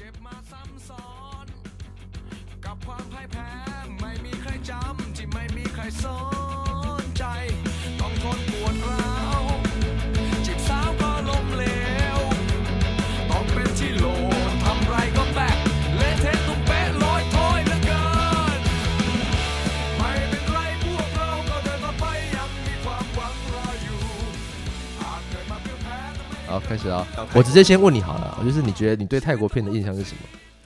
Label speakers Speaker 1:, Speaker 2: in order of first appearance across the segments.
Speaker 1: จ็บมาซ้ำซ้อน กับความพ่ายแพ้ ไม่มีใครจำที่ไม่มีใครสนใจ ต้องทนปวดร้าวจีบสาวก็ล้มเหลว ต้องเป็นที่โหลดทำไรก็แบกเละเทะตุ้มเป๊ะลอยโถอยเหลือเกิน ไม่เป็นไรพวกเราก็เดินต่อไปยังมีความหวังรออยู่อาจเคยมาเพื่อแพ้แต่ไม่
Speaker 2: 好，开始啊
Speaker 3: 好！
Speaker 2: 我直接先问你好了，就是你觉得你对泰国片的印象是什么？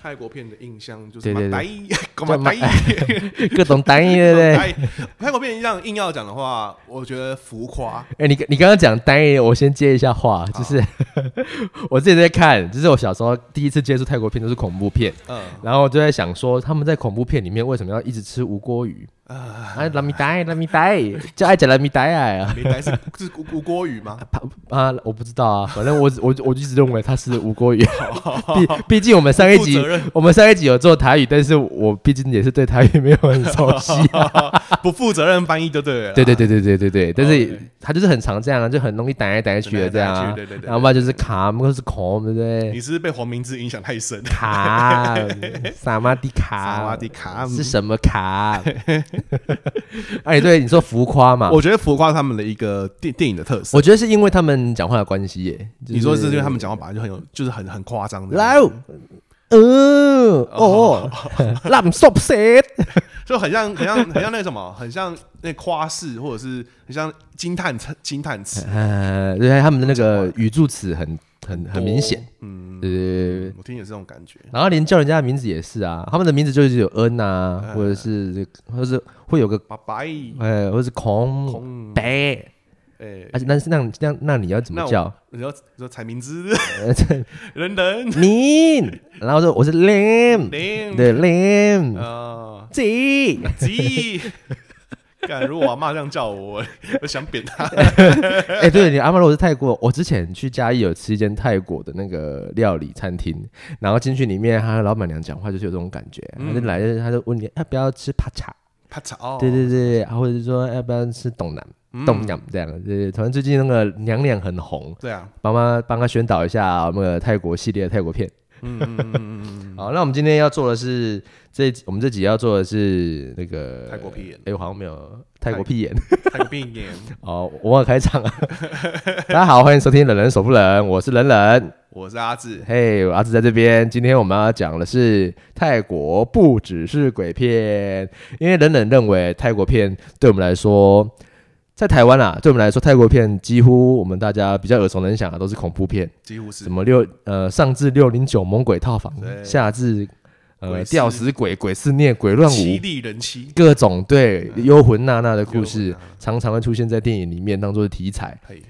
Speaker 3: 泰国片的印象 就是哎
Speaker 2: 对对
Speaker 3: 马
Speaker 2: 对
Speaker 3: 呆，干嘛
Speaker 2: 叫马
Speaker 3: 呆？
Speaker 2: 各种单一，对不 对？
Speaker 3: 呆哎泰国片印象硬要讲的话，我觉得浮夸。
Speaker 2: 哎、你你刚刚讲单一，我先接一下
Speaker 3: 啊
Speaker 2: 话，就是 我自己在看，就是我小时候第一次接触泰国片都是恐怖片，
Speaker 3: 嗯
Speaker 2: 然后我就在想说他们在恐怖片里面为什么要一直吃无锅鱼？
Speaker 3: 啊，
Speaker 2: 啊，拉米呆，拉米呆，就爱讲拉米呆哎啊！
Speaker 3: 没 呆是是吴吴郭宇吗？
Speaker 2: 啊，我不知道啊，反正我我我就一直认为它是无锅鱼， 毕毕竟我们上一集
Speaker 3: 不负责任
Speaker 2: 我们上一集有做台语，但是我毕竟也是对台语没有很熟 悉、
Speaker 3: 不负责任翻译就对了啦。
Speaker 2: 对对对对对对对，但是
Speaker 3: 哦 OK
Speaker 2: 他就是很常这样啊，就很容易打来打去的这样
Speaker 3: 打来
Speaker 2: 啊
Speaker 3: 打去对对对，对
Speaker 2: 然后嘛就是卡，或是孔，对不对？
Speaker 3: 你是不是被黄明志影响太深。
Speaker 2: 卡，萨马迪卡，
Speaker 3: 萨瓦迪卡
Speaker 2: 是什么 卡？哎，对，你说浮夸嘛？
Speaker 3: 我觉得浮夸是他们的一个电电影的特色。
Speaker 2: 我觉得是因为他们讲话的关系耶。就
Speaker 3: 你说是因为他们讲话本来就很有，就是很很夸张的。
Speaker 2: 来哦，呃 哦，那唔 stop
Speaker 3: 就很像很像很像那个什么，很像那夸饰，或者是很像惊叹词惊叹词，
Speaker 2: 呃，对，他们的那个语助词很很 很明显，
Speaker 3: 多。嗯，
Speaker 2: 对对对对。
Speaker 3: 我听也是这种感觉。
Speaker 2: 然后连叫人家的名字也是啊，他们的名字就是有恩啊，
Speaker 3: 嗯
Speaker 2: 或者是这个，或者是会有个
Speaker 3: 拜拜，
Speaker 2: 呃，或者是孔
Speaker 3: 空
Speaker 2: 白，
Speaker 3: 哎，
Speaker 2: 而且那是那那那你要怎么
Speaker 3: 那我
Speaker 2: 叫？
Speaker 3: 你说你说彩明之
Speaker 2: 呃这
Speaker 3: 人人
Speaker 2: 你，然后说我是 lim，
Speaker 3: 零
Speaker 2: 嗯对 lim，
Speaker 3: 啊，
Speaker 2: z，
Speaker 3: 鸡。干，如果我妈这样叫我，我我想扁她。
Speaker 2: 哎，对你阿妈，如果是泰国，我之前去嘉义有吃一间泰国的那个料理餐厅，然后进去里面，他老板娘讲话就是有这种感觉，
Speaker 3: 嗯
Speaker 2: 他就来，他就问你要不要吃帕恰。
Speaker 3: 啪嚓哦，
Speaker 2: 对对对，啊，或者是嗯说要不要吃董南、董娘这样？对对，反正最近那个娘娘很红，
Speaker 3: 对啊，
Speaker 2: 帮妈帮她宣导一下我们的泰国系列的泰国片。嗯， 好，那我们今天要做的是这一集，我们这集要做的是那个
Speaker 3: 泰国屁眼
Speaker 2: 哎，我好像没有泰国屁眼
Speaker 3: 泰国病眼，
Speaker 2: 哦，我忘了开场啊。 大家好，欢迎收听《冷人手不冷》，我是冷冷，
Speaker 3: 我是阿志。
Speaker 2: 嘿，我阿志在这边。今天我们要讲的是泰国不只是鬼片，因为冷冷认为泰国片对我们来说，在台湾啊，对我们来说，泰国片几乎我们大家比较耳熟能详的都是恐怖片，
Speaker 3: 几乎是
Speaker 2: 什么六呃上至六零九猛鬼套房，
Speaker 3: 对
Speaker 2: 下至
Speaker 3: 鬼
Speaker 2: 呃
Speaker 3: 市
Speaker 2: 吊死鬼、鬼肆虐、鬼乱
Speaker 3: 七
Speaker 2: 舞。
Speaker 3: 力人妻，
Speaker 2: 各种对幽魂娜娜的故事
Speaker 3: 幽魂娜娜，
Speaker 2: 常常会出现在电影里面当做题材。
Speaker 3: 嘿，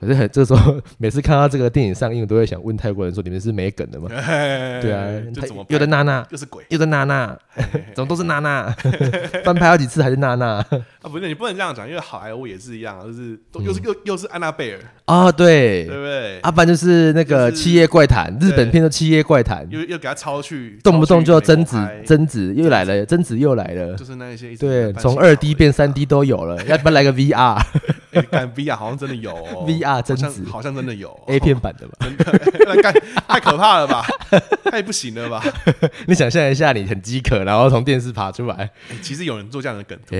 Speaker 2: 可是很这时候 每次看到这个电影上映，我都会想问泰国人说：“你们是没梗的吗？”对
Speaker 3: 对
Speaker 2: 啊，
Speaker 3: 就
Speaker 2: 他
Speaker 3: 哎怎么
Speaker 2: 又在娜娜，
Speaker 3: 又是鬼
Speaker 2: 又在娜娜， 怎么都是娜娜？ 翻拍好几次还是娜 娜？
Speaker 3: 啊？不是，你不能这样讲，因为好莱坞也是一样啊，就是都又是又又是安娜贝尔，
Speaker 2: 哦，对
Speaker 3: 对，不对？
Speaker 2: 阿凡就是那个《
Speaker 3: 就是
Speaker 2: 七夜怪谈》，日本
Speaker 3: 对
Speaker 2: 片的《七夜怪谈》，
Speaker 3: 又又给他抄去，
Speaker 2: 动不动就要
Speaker 3: 抄去
Speaker 2: 贞
Speaker 3: 美
Speaker 2: 子
Speaker 3: 国拍，
Speaker 2: 贞子又来了，贞子又来了。
Speaker 3: 就是那一些一直
Speaker 2: 对，
Speaker 3: 在
Speaker 2: 从
Speaker 3: 翻新
Speaker 2: 二 D 变三 D 都有了，要不然来个 VR
Speaker 3: 哎干 VR 好像真的有哦
Speaker 2: VR 贞
Speaker 3: 好像
Speaker 2: 子
Speaker 3: 好像真的有
Speaker 2: A 片版的嘛？
Speaker 3: 真的干太可怕了吧，太不行了吧？
Speaker 2: 你想象一下，你很饥渴，然后从电视爬出 来，
Speaker 3: 哎其实有人做这样的梗，
Speaker 2: 哎、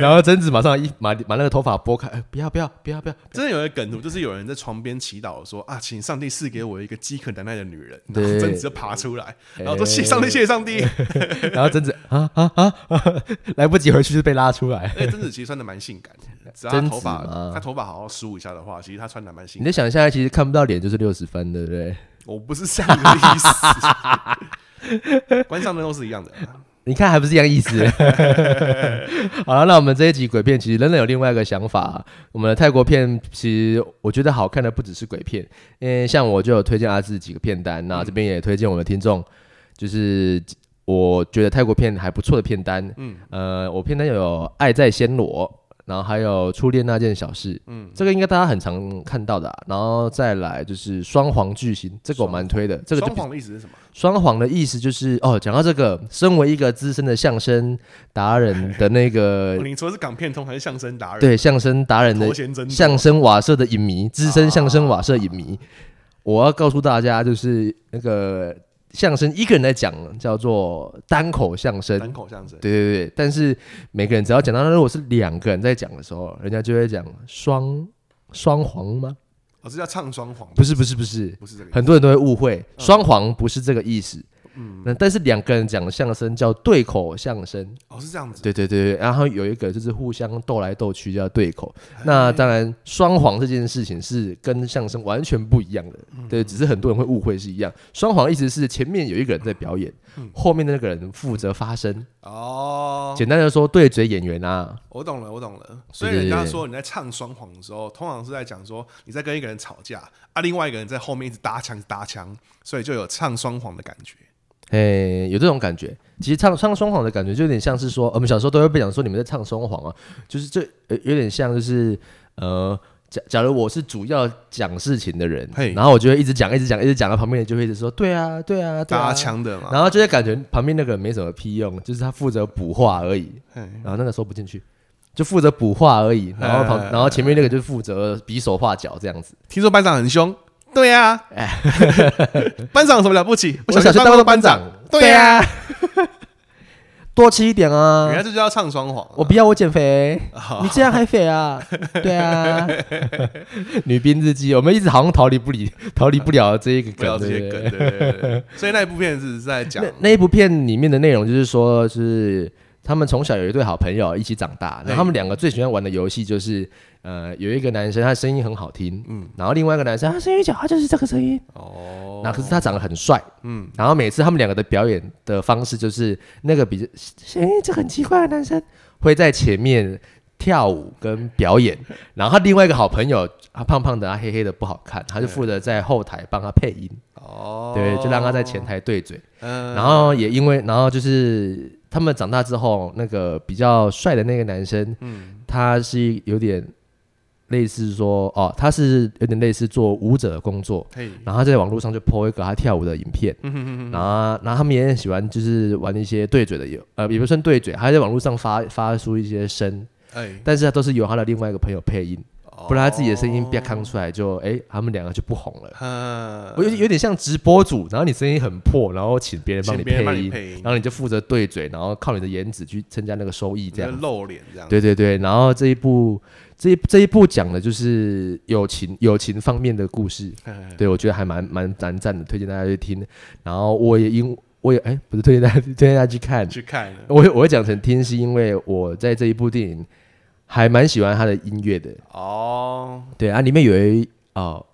Speaker 2: 然后贞子马上一把把那个头发拨开，哎不要不要不要不要，
Speaker 3: 真的有人梗图，就是有人在床边祈祷说啊，请上帝赐给我一个饥渴难耐的女人，然后
Speaker 2: 对哎
Speaker 3: 贞子就爬出来，然后说谢上帝谢谢上帝。
Speaker 2: 然后贞子啊啊啊， 来不及回去就被拉出来。
Speaker 3: 而哎且贞子其实穿的蛮性感的，只要她
Speaker 2: 贞子
Speaker 3: 头发
Speaker 2: 吗
Speaker 3: 她头发好好梳一下的话，其实她穿的蛮性
Speaker 2: 你
Speaker 3: 感
Speaker 2: 的。想象其实看不到脸就是六十分，对不对？
Speaker 3: 我不是这样的意思， 关上灯都是一样的。啊
Speaker 2: 你看还不是一样意思。 好了，那我们这一集鬼片其实仍然有另外一个想法。我们的泰国片其实我觉得好看的不只是鬼片，因为像我就有推荐阿志几个片单，那这边也推荐我们的听众，就是我觉得泰国片还不错的片单。嗯，呃，我片单有《爱在暹罗》。然后还有初恋那件小事，嗯，这个应该大家很常看到的啊、然后再来就是双簧巨星，这个我蛮推的，这个就
Speaker 3: 双
Speaker 2: 比
Speaker 3: 簧的意思是什么？
Speaker 2: 双簧的意思就是哦，讲到这个，身为一个资深的相声达人的那个
Speaker 3: 哦你说是港片通还是相声达人？
Speaker 2: 对相声达人的
Speaker 3: 头衔真
Speaker 2: 相声瓦舍的啊影迷，资深相声瓦舍影迷，我要告诉大家，就是那个相声一个人在讲，叫做单口相声。
Speaker 3: 单口相声，
Speaker 2: 对对对，但是每个人只要讲到，如果是两个人在讲的时候，人家就会讲双双簧吗？
Speaker 3: 哦我是叫唱双簧，
Speaker 2: 不是不是不是，
Speaker 3: 不是这个意思，
Speaker 2: 很多人都会误会，双簧不是这个意思。那但是两个人讲的相声叫对口相声，
Speaker 3: 哦是这样子，
Speaker 2: 对对对对，然后有一个就是互相斗来斗去叫对口。那当然，双簧这件事情是跟相声完全不一样的，对，只是很多人会误会是一样。双簧意思是前面有一个人在表演，后面的那个人负责发声。
Speaker 3: 哦，
Speaker 2: 简单的说，对嘴演员啊，
Speaker 3: 我懂了，我懂了。所以
Speaker 2: 对对
Speaker 3: 人家
Speaker 2: 对
Speaker 3: 说你在唱双簧的时候，通常是在讲说你在跟一个人吵架，啊，另外一个人在后面一直搭腔一直搭腔，所以就有唱双簧的感觉。
Speaker 2: 诶、有这种感觉。其实唱唱双簧的感觉，就有点像是说，呃我们小时候都会被讲说你们在唱双簧啊，就是这、呃有点像就是呃。假假如我是主要讲事情的人
Speaker 3: 嘿，
Speaker 2: 然后我就会一直讲，一直讲，一直讲，然后旁边人就会一直说，对啊，对啊，对啊
Speaker 3: 搭，腔的嘛。
Speaker 2: 然后就会感觉旁边那个人没什么屁用，就是他负责补话而已。
Speaker 3: 嘿
Speaker 2: 然后那个收不进去，就负责补话而已。然后
Speaker 3: 嗯
Speaker 2: 旁，然后前面那个就负责比手画脚这样子。
Speaker 3: 听说班长很凶，对 呀、班长有什么了不起？
Speaker 2: 我
Speaker 3: 小
Speaker 2: 小学当过
Speaker 3: 过班
Speaker 2: 班
Speaker 3: 长
Speaker 2: 长，
Speaker 3: 对啊呀、
Speaker 2: 多吃一点啊
Speaker 3: 原！来这就叫唱双簧啊、
Speaker 2: 我不要，我减肥，你这样还肥 啊？对啊，女兵日记，我们一直好像逃离不离逃离不了这一个
Speaker 3: 不要
Speaker 2: 梗，
Speaker 3: 这
Speaker 2: 对
Speaker 3: 些
Speaker 2: 不
Speaker 3: 梗，
Speaker 2: 对？
Speaker 3: 对对对对。所以那一部片子是在讲
Speaker 2: 那，那一部片里面的内容就是说，是他们从小有一对好朋友一起长大，然后他们两个最喜欢玩的游戏就是，呃，有一个男生他声音很好听，嗯，然后另外一个男生他声音小，他就是这个声音，
Speaker 3: 哦，
Speaker 2: 那可是他长得很帅，
Speaker 3: 嗯，
Speaker 2: 然后每次他们两个的表演的方式就是那个比较，哎，这个很奇怪的男生会在前面。跳舞跟表 演，然后他另外一个好朋友，他胖胖的，他黑黑的不好看，他就负责在后台帮他配音，
Speaker 3: 哦，
Speaker 2: 对，就让他在前，台对嘴。
Speaker 3: 嗯、
Speaker 2: 然后也因为，然后就是他们长大之后，那个比较帅的那个男生，
Speaker 3: 嗯，
Speaker 2: 他是有点类似说，哦，他是有点类似做舞者的工作，
Speaker 3: 嘿，
Speaker 2: 然后他在网络上就 po 一个他跳舞的影片，
Speaker 3: 嗯
Speaker 2: 然后然后他们也很喜欢就是玩一些对嘴的游，呃，也不算对嘴，他在网络上发发出一些声，
Speaker 3: 哎，
Speaker 2: 但是他都是由他的另外一个朋友配音，
Speaker 3: 哦
Speaker 2: 不然他自己的声音被
Speaker 3: 别
Speaker 2: 扛出来就，哎，他们两个就不红了。
Speaker 3: 嗯，
Speaker 2: 我有有点像直播主，然后你声音很破，然后请别人帮
Speaker 3: 请
Speaker 2: 你
Speaker 3: 别人帮
Speaker 2: 配
Speaker 3: 你
Speaker 2: 音，
Speaker 3: 配音
Speaker 2: 然后你就负责对嘴，然后靠你的颜值去增加那个收益，这
Speaker 3: 就
Speaker 2: 样。
Speaker 3: 露脸这样，
Speaker 2: 对对对，然后这一部这一这一部讲的就是友情友情方面的故事，
Speaker 3: 嘿，嘿嘿
Speaker 2: 对我觉得还蛮蛮蛮赞的，推荐大家去听。然后我也因我也哎不是推荐大家 推荐大家去看，
Speaker 3: 去看了
Speaker 2: 我会我会讲成听是因为我在这一部电影还蛮喜欢它的音乐的，
Speaker 3: 哦，
Speaker 2: 对啊，里面有一哦，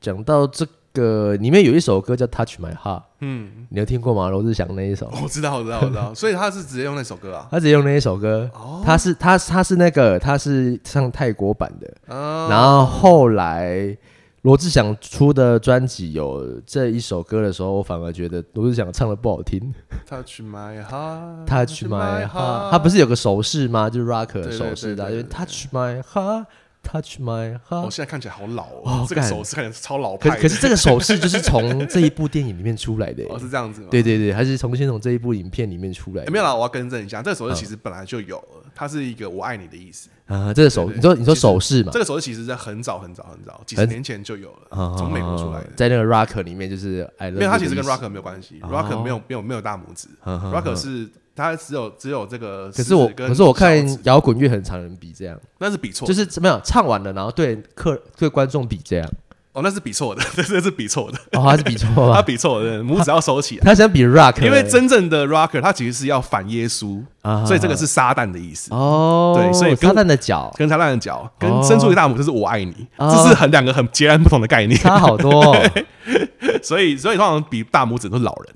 Speaker 2: 讲到这个，里面有一首歌叫《Touch My Heart》，
Speaker 3: 嗯，
Speaker 2: 你有听过吗？罗志祥那一首，
Speaker 3: 哦我知道，我知道，我知道，所 以他是直接用那首歌啊，
Speaker 2: 他直接用那一首歌，
Speaker 3: 哦
Speaker 2: 他是他他是那个他是唱泰国版的，
Speaker 3: 嗯，
Speaker 2: 然后后来罗志祥出的专辑有这一首歌的时候，我反而觉得罗志祥唱的不好听。
Speaker 3: 嗯 Touch my heart,
Speaker 2: Touch my heart，他不
Speaker 3: 是，
Speaker 2: 是有个手势吗？就是 rock
Speaker 3: 对
Speaker 2: 的手势的啊，就
Speaker 3: 对对
Speaker 2: 是 Touch my heart，Touch my
Speaker 3: 我
Speaker 2: heart。
Speaker 3: 现在看起来好老哦
Speaker 2: 哦，
Speaker 3: 这个
Speaker 2: 干
Speaker 3: 手势看起来超老
Speaker 2: 可
Speaker 3: 派的。
Speaker 2: 可是这个手势就是从这一部电影里面出来的、
Speaker 3: 哦是这样子吗？
Speaker 2: 对对对，还是重新从这一部影片里面出来
Speaker 3: 哎、
Speaker 2: 的。
Speaker 3: 没有啦，我要更正一下，这个手
Speaker 2: 嗯
Speaker 3: 势其实本来就有了，它是一个“我爱你”的意思。
Speaker 2: 啊，这个手，
Speaker 3: 对对
Speaker 2: 你说你说
Speaker 3: 其实
Speaker 2: 手势嘛
Speaker 3: 这，个手势其实在很早很早很
Speaker 2: 嗯
Speaker 3: 早，几十年前就有了，
Speaker 2: 啊
Speaker 3: 从美国出来的。
Speaker 2: 在那个 rock 里面就是 I love you 嗯的意思。哦
Speaker 3: 没有，它其实跟 rock 没有关系，rock 没有没有没有大拇指
Speaker 2: 嗯嗯
Speaker 3: ，rock 是它只有只有这个
Speaker 2: 可
Speaker 3: 食指
Speaker 2: 是我
Speaker 3: 跟小指。
Speaker 2: 可是我看摇滚乐很常人比这样，
Speaker 3: 那是比错
Speaker 2: 就
Speaker 3: 的，
Speaker 2: 是没有唱完了，然后对客对观众比这样，
Speaker 3: 哦，那是比错的， 这这是比错的，
Speaker 2: 哦，他是比错
Speaker 3: 他
Speaker 2: 吗？
Speaker 3: 比错的，拇指要收起来。
Speaker 2: 他想比 rock，
Speaker 3: 因为
Speaker 2: 欸
Speaker 3: 真正的 rocker 他其实是要反耶稣，
Speaker 2: 啊
Speaker 3: 所以这个是撒旦的意思。
Speaker 2: 哦，
Speaker 3: 对所以跟
Speaker 2: 撒旦的脚
Speaker 3: 跟撒旦的脚，跟
Speaker 2: 哦
Speaker 3: 伸出一个大拇指是我爱你，
Speaker 2: 哦
Speaker 3: 这是很两个很截然不同的概念。
Speaker 2: 差好多哦。
Speaker 3: 所以所以通常比大拇指都是老人。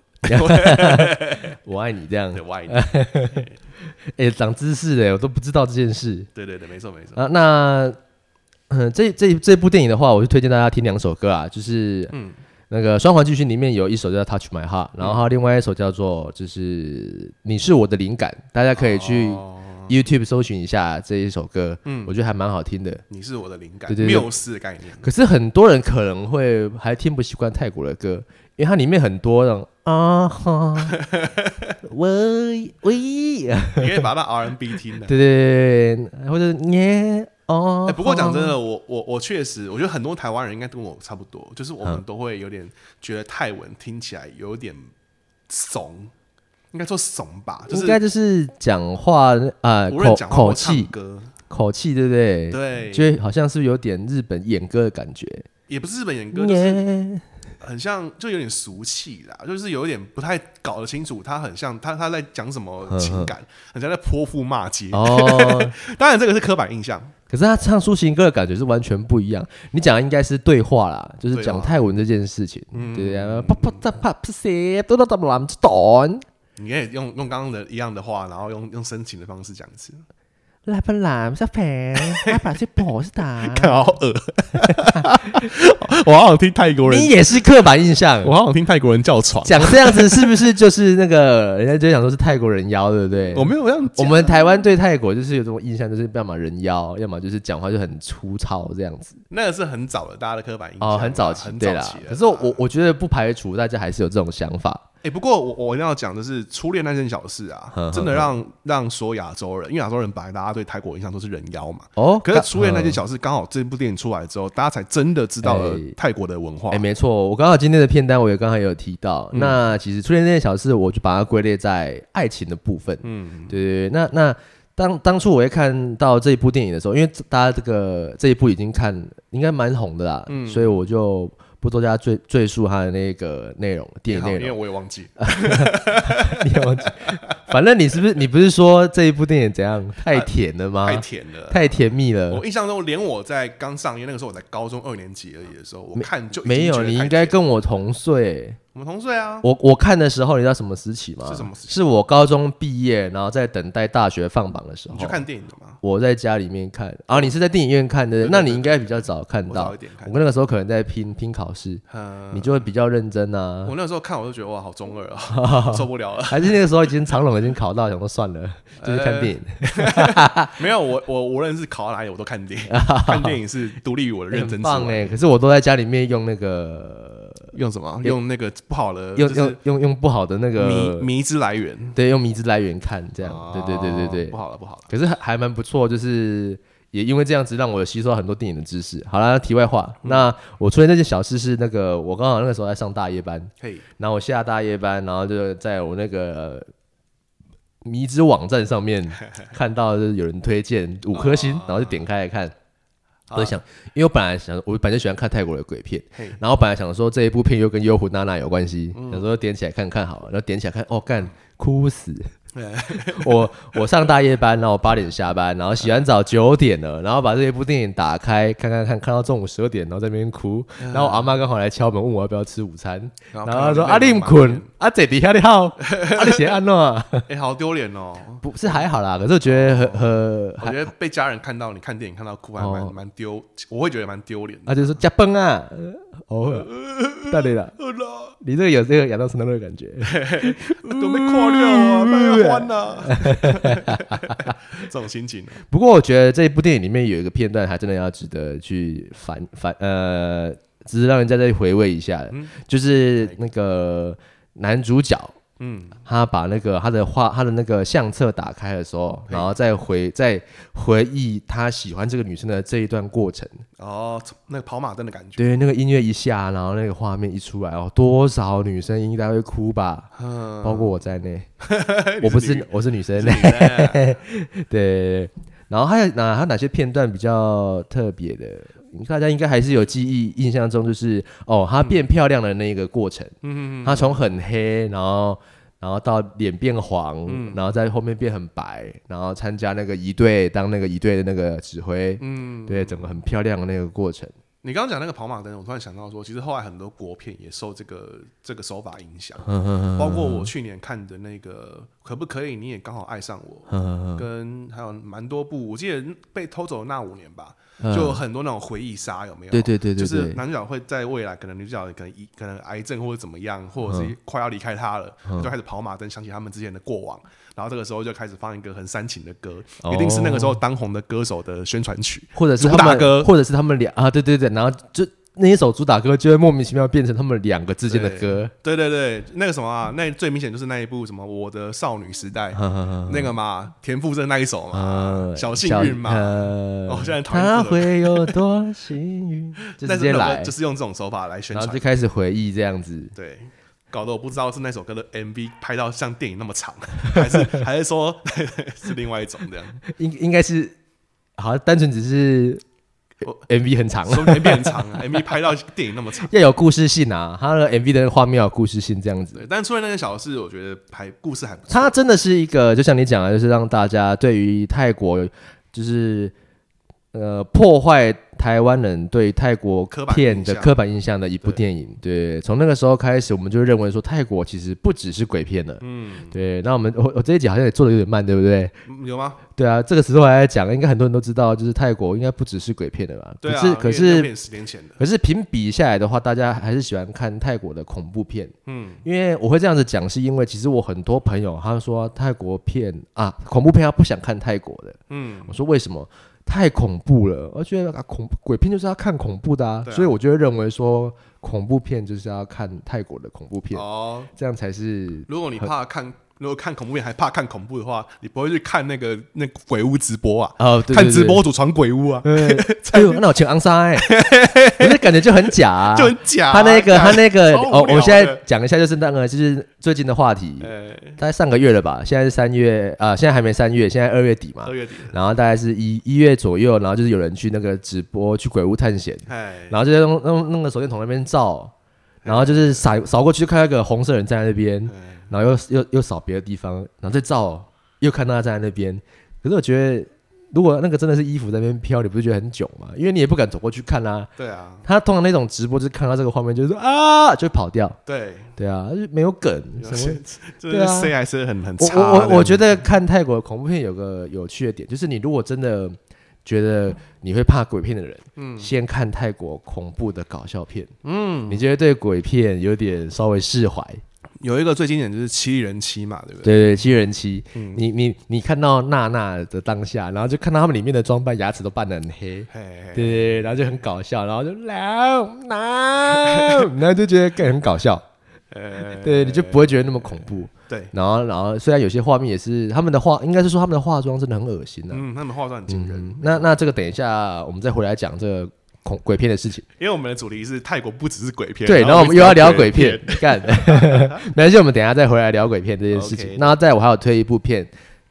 Speaker 2: 我爱你这样
Speaker 3: 对，，我爱你。
Speaker 2: 哎，长知识了，我都不知道这件事
Speaker 3: 对对对，没错没错。
Speaker 2: 啊。那嗯，这这这部电影的话，我就推荐大家听两首歌啊，就是
Speaker 3: 嗯
Speaker 2: 那个《双环巨星》里面有一首叫《Touch My Heart》，然后它另外一首叫做就是《你是我的灵感》，大家可以去
Speaker 3: 哦
Speaker 2: YouTube 搜寻一下这一首歌，
Speaker 3: 嗯
Speaker 2: 我觉得还蛮好听的。
Speaker 3: 你是我的灵感，
Speaker 2: 对对对
Speaker 3: 缪斯的概念。
Speaker 2: 可是很多人可能会还听不习惯泰国的歌，因为它里面很多那种啊 哈，喂喂，
Speaker 3: 你可以把它 R&B 听的。
Speaker 2: 对对对对，或者耶哦
Speaker 3: 哎，。不过讲真，的，我我我确实，我觉得很多台湾人应该跟我差不多，就是我们
Speaker 2: 嗯
Speaker 3: 都会有点觉得泰文听起来有点怂，应该说怂吧，就
Speaker 2: 应
Speaker 3: 是
Speaker 2: 该就是讲话啊、呃
Speaker 3: 无论
Speaker 2: 口
Speaker 3: 讲话
Speaker 2: 口
Speaker 3: 或唱
Speaker 2: 气
Speaker 3: 歌，
Speaker 2: 口气，对不对？，
Speaker 3: 对，
Speaker 2: 觉得好像是不是有点日本演歌的感觉？
Speaker 3: 也不是日本演
Speaker 2: 嗯
Speaker 3: 歌，就是很像，就有点俗气啦，就是有点不太搞得清楚，他很像他他在讲什么情感，很像在泼妇骂街。
Speaker 2: 嗯哦，
Speaker 3: 当然，这个是刻板印象，
Speaker 2: 可是他唱抒情歌的感觉是完全不一样。你讲的应该是对话啦，就是
Speaker 3: 对
Speaker 2: 讲
Speaker 3: 话
Speaker 2: 泰文这件事情，对啊，啪啪哒啪啪谁嘟嘟嘟嘟嘟咚，
Speaker 3: 你可以用用刚刚的一样的话，然后用用深情的方式讲一次，
Speaker 2: 来不来小肥，来把这婆是打，
Speaker 3: 看 好恶，我好想听泰国人
Speaker 2: 你，也是刻板印象
Speaker 3: 我。好想听泰国人叫床，
Speaker 2: 讲这样子是不是就是那个人家就想说是泰国人妖，对不对？
Speaker 3: 我没有这样讲，
Speaker 2: 我们台湾对泰国就是有这种印象，就是要么人妖，要么就是讲话就很粗糙这样子。
Speaker 3: 那个是很早的，大家的刻板印象
Speaker 2: 哦，很早期，
Speaker 3: 很
Speaker 2: 对
Speaker 3: 早
Speaker 2: 啦
Speaker 3: 期的。啊
Speaker 2: 可是我我觉得不排除大家还是有这种想法。
Speaker 3: 哎、不过我我一定要讲的是初恋那件小事啊，
Speaker 2: 呵呵
Speaker 3: 真的让让所有亚洲人，因为亚洲人本来大家对泰国印象都是人妖嘛，
Speaker 2: 哦，
Speaker 3: 可是初恋那件
Speaker 2: 嗯
Speaker 3: 小事刚好这部电影出来之后，大家才真的知道了
Speaker 2: 哎
Speaker 3: 泰国的文化。
Speaker 2: 哎、没错，我刚好今天的片单我也刚好也有提到。
Speaker 3: 嗯
Speaker 2: 那其实初恋那件小事，我就把它归类在爱情的部分。
Speaker 3: 嗯，
Speaker 2: 对对对，那那当当初我会看到这一部电影的时候，因为大家这个这一部已经看应该蛮红的啦，
Speaker 3: 嗯
Speaker 2: 所以我就不多加赘赘述它的那个内容，电影
Speaker 3: 好
Speaker 2: 内
Speaker 3: 因为
Speaker 2: 容。啊
Speaker 3: 我也忘记，
Speaker 2: 你忘记反正你是不是你不是说这一部电影怎样太甜了吗？
Speaker 3: 太甜了。
Speaker 2: 太甜蜜了
Speaker 3: 我。印象中，连我在刚上映那个时候，我在高中二年级而已的时候，我看就已经
Speaker 2: 没
Speaker 3: 觉
Speaker 2: 有，
Speaker 3: 得
Speaker 2: 你
Speaker 3: 太
Speaker 2: 应该
Speaker 3: 甜
Speaker 2: 跟我同岁。
Speaker 3: 我们同岁啊，
Speaker 2: 我我看的时候，你知道什么时期吗？
Speaker 3: 是什么时期
Speaker 2: 是我高中毕业，然后在等待大学放榜的时候。
Speaker 3: 你去看电影的吗？
Speaker 2: 我在家里面看啊，你是在电影院看的，
Speaker 3: 对对
Speaker 2: 那
Speaker 3: 对
Speaker 2: 你应该比较早看
Speaker 3: 我
Speaker 2: 到。
Speaker 3: 早一点看
Speaker 2: 我那个时候可能在拼拼考试，
Speaker 3: 嗯，
Speaker 2: 你就会比较认真啊。
Speaker 3: 我那时候看我就觉得哇，好中二 啊，受不了了。
Speaker 2: 还是那个时候已经长龙已经考到，想说算 了，就是
Speaker 3: 哎
Speaker 2: 看电影。
Speaker 3: 没有，我我无论是考到哪里，我都看电影。看电影是独立于我的认真
Speaker 2: 很
Speaker 3: 之
Speaker 2: 棒
Speaker 3: 外。
Speaker 2: 哎！可是我都在家里面用那个
Speaker 3: 用什么？用那个不好的，
Speaker 2: 用
Speaker 3: 就
Speaker 2: 用
Speaker 3: 是
Speaker 2: 用用不好的那
Speaker 3: 迷
Speaker 2: 个
Speaker 3: 迷之来源。
Speaker 2: 对，用迷之来源看这样
Speaker 3: 哦。
Speaker 2: 对对对对对
Speaker 3: 不，好了，不好了。
Speaker 2: 可是还还蛮不错，就是也因为这样子让我有吸收到很多电影的知识。好啦，题外话，
Speaker 3: 嗯
Speaker 2: 那我出现这件小事是那个我刚好那个时候在上大夜班，
Speaker 3: 嘿，
Speaker 2: 然后我下大夜班，然后就在我那个。呃迷之网站上 面看到就是有人推荐
Speaker 3: 哦
Speaker 2: 五颗星，然后就点开来看。我就想，因为我本来想，我本来就喜欢看泰国的鬼片
Speaker 3: 嘿，嗯
Speaker 2: 然后我本来想说这一部片又跟《幽魂娜娜》有关系，想说点起来看看好了。然后点起来看，哦，干，哭死！
Speaker 3: 哎
Speaker 2: 我我上大夜班，然后我八点下班，然后洗完澡
Speaker 3: 嗯
Speaker 2: 九点了，然后把这一部电影打开看看看，看到中午十二点，然后在那边哭。然后我阿妈刚好来敲门，问我要不要吃午餐，
Speaker 3: 嗯然
Speaker 2: 然
Speaker 3: 后
Speaker 2: 后
Speaker 3: 看到
Speaker 2: 她说：“
Speaker 3: 那个
Speaker 2: 阿你
Speaker 3: 人
Speaker 2: 唔
Speaker 3: 嘛
Speaker 2: 困，阿姐底下你好，阿你写安 诺。
Speaker 3: 哎，好丢脸 哦”！
Speaker 2: 不是还好啦，可是我觉得很很
Speaker 3: 我觉得被家人看到你看电影看到哭，还
Speaker 2: 哦
Speaker 3: 蛮蛮丢，我会觉得蛮丢脸的。
Speaker 2: 他就说加崩啊，呃偶尔，大对了，你这个有这个亚当·斯那的感觉，
Speaker 3: 都没看了
Speaker 2: 嗯
Speaker 3: 啊，没有欢呐， 这种心情啊。
Speaker 2: 不过我觉得这一部电影里面有一个片段，还真的要值得去反反呃，只是让人家再回味一下的，就是那个男主角，
Speaker 3: 嗯，
Speaker 2: 他把那个他的画他的那个相册打开的时候，然后再回再回忆他喜欢这个女生的这一段过程，
Speaker 3: 哦，那个跑马灯的感觉，
Speaker 2: 对，那个音乐一下，然后那个画面一出来哦，多少女生应该会哭吧，
Speaker 3: 嗯，
Speaker 2: 包括我在 内。我不是，我是女生
Speaker 3: 你哎
Speaker 2: 对对。对然后还有哪还有哪些片段比较特别的？大家应该还是有记忆，印象中就是哦，
Speaker 3: 嗯
Speaker 2: 她变漂亮的那个过程，嗯，她从很黑，然后然后到脸变黄，
Speaker 3: 嗯
Speaker 2: 然后在后面变很白，然后参加那个仪队当那个仪队的那个指挥，嗯，对，整个很漂亮的那个过程，
Speaker 3: 你刚刚讲那个跑马灯，我突然想到说，其实后来很多国片也受这个这个手法影响，
Speaker 2: 嗯
Speaker 3: 包括我去年看的那个《可不可以你也刚好爱上我》，
Speaker 2: 嗯
Speaker 3: 跟还有蛮多部，我记得被偷走的那五年吧，就有很多那种回忆杀，有没有？
Speaker 2: 嗯对对对对
Speaker 3: 就是
Speaker 2: 对，
Speaker 3: 男主角会在未来，可能女主角可能一可能癌症或者怎么
Speaker 2: 嗯
Speaker 3: 样，或者是快要离开他了，就开始跑马灯，想起他们之前的过往，然后这个时候就开始放一个很煽情的歌，
Speaker 2: 哦
Speaker 3: 一定是那个时候当红的歌手的宣传曲。
Speaker 2: 或者是
Speaker 3: 主
Speaker 2: 他
Speaker 3: 打
Speaker 2: 们
Speaker 3: 歌
Speaker 2: 或者是他们俩啊，对对对，然后就那一首主打歌就会莫名其妙变成他们两个之间的
Speaker 3: 对
Speaker 2: 歌，
Speaker 3: 对对对，那个什么啊，那最明显就是那一部什么《我的少女时代》那个嘛，田馥甄那一首嘛，
Speaker 2: 嗯，
Speaker 3: 小幸运嘛
Speaker 2: 呃
Speaker 3: 哦现在讨厌
Speaker 2: 他
Speaker 3: 这个
Speaker 2: 会有多幸运？就直
Speaker 3: 但 是
Speaker 2: 接
Speaker 3: 那个
Speaker 2: 来
Speaker 3: 就，是用这种手法来宣
Speaker 2: 然后
Speaker 3: 传
Speaker 2: 就。开始回忆这样子。
Speaker 3: 对，搞得我不知道是那首歌的 MV 拍到像电影那么长， 还是还是说 是另外一种这样，
Speaker 2: 应应该是好像单纯只是
Speaker 3: 我
Speaker 2: MV 很长，
Speaker 3: 说不定 MV 很长啊，MV 拍到电影那么长。
Speaker 2: 要有故事性啊，他的 MV 的画面要有故事性这样子。
Speaker 3: 对，但出了那件小事，我觉得还故事还不错。
Speaker 2: 它真的是一个，就像你讲的，就是让大家对于泰国，就是呃破坏台湾人对泰国
Speaker 3: 刻板
Speaker 2: 片
Speaker 3: 印
Speaker 2: 的
Speaker 3: 象
Speaker 2: 刻板印象的一部
Speaker 3: 对
Speaker 2: 电影。对，从那个时候开始，我们就认为说泰国其实不只是鬼片了。
Speaker 3: 嗯，
Speaker 2: 对，那我们我我这一集好像也做的有点慢，对不对？
Speaker 3: 嗯有吗？
Speaker 2: 对啊，这个时候还在讲，应该很多人都知道，就是泰国应该不只是鬼片的吧？
Speaker 3: 对啊，
Speaker 2: 可
Speaker 3: 因为
Speaker 2: 是
Speaker 3: 那
Speaker 2: 可是
Speaker 3: 片十年前的，
Speaker 2: 可是评比下来的话，大家还是喜欢看泰国的恐怖片。
Speaker 3: 嗯，
Speaker 2: 因为我会这样子讲，是因为其实我很多朋友他说泰国片啊，恐怖片他不想看泰国的。
Speaker 3: 嗯，
Speaker 2: 我说为什么？太恐怖了，我觉得啊恐鬼片就是要看恐怖的啊，
Speaker 3: 对啊
Speaker 2: 所以我就会认为说恐怖片就是要看泰国的恐怖片，
Speaker 3: 哦，
Speaker 2: 这样才是。
Speaker 3: 如果你怕看，如果看恐怖片还怕看恐怖的话，你不会去看那个那个鬼屋直播啊？
Speaker 2: 哦，对对对
Speaker 3: 看直播主传鬼屋啊，
Speaker 2: 呃， 哎呦，那我请昂莎 哎，我就感觉就很假、啊，
Speaker 3: 就很假啊。
Speaker 2: 他那个他
Speaker 3: 干
Speaker 2: 那个，
Speaker 3: 超无
Speaker 2: 哦，
Speaker 3: 聊
Speaker 2: 我现在
Speaker 3: 的
Speaker 2: 讲一下，就是那个就是最近的话题，
Speaker 3: 呃，
Speaker 2: 大概上个月了吧，现在是三月啊、现在还没三月，现在二月底嘛
Speaker 3: 二，月底的，
Speaker 2: 然后大概是一一月左右，然后就是有人去那个直播去鬼屋探险，
Speaker 3: 哎，
Speaker 2: 然后就在用用用那个手电筒那边照，然后就是扫扫过去就看到一个红色人站在那边，
Speaker 3: 哎
Speaker 2: 然后又又又扫别的地方，然后再照又看到他站在那边。可是我觉得，如果那个真的是衣服在那边飘，你不是觉得很囧吗？因为你也不敢走过去看啊。
Speaker 3: 对啊，
Speaker 2: 他通常那种直播就是看到这个画面就是说啊，就跑掉。
Speaker 3: 对，
Speaker 2: 对啊，就没有梗什
Speaker 3: 有
Speaker 2: 么
Speaker 3: 些 就
Speaker 2: 对
Speaker 3: 是
Speaker 2: 啊
Speaker 3: C 还是很很
Speaker 2: 我
Speaker 3: 差。
Speaker 2: 我我我觉得看泰国的恐怖片有个有趣的点，就是你如果真的觉得你会怕鬼片的人，嗯，先看泰国恐怖的搞笑片，嗯，你就会对鬼片有点稍微释怀。
Speaker 3: 有一个最经典就是七人七嘛，对不对？
Speaker 2: 对对，七人七，你你你看到娜娜的当下，然后就看到他们里面的装扮，牙齿都扮得很黑。
Speaker 3: 嘿
Speaker 2: 对对对，然后就很搞笑，然后就 no no，然后就觉得更很搞笑，
Speaker 3: 呃，
Speaker 2: 对，你就不会觉得那么恐怖。
Speaker 3: 对，
Speaker 2: 然后，然后虽然有些画面也是他们的化，应该是说他们的化妆真的很恶心啊。
Speaker 3: 嗯，他们化妆很惊人，
Speaker 2: 嗯，那那这个等一下我们再回来讲这个恐鬼片的事情。
Speaker 3: 因为我们的主题是泰国不只是鬼片，
Speaker 2: 对，然后我们又要聊鬼片，
Speaker 3: 一直
Speaker 2: 干， 没关系，我们等一下再回来聊鬼片这件事情。
Speaker 3: OK
Speaker 2: 那在我还有推一部片，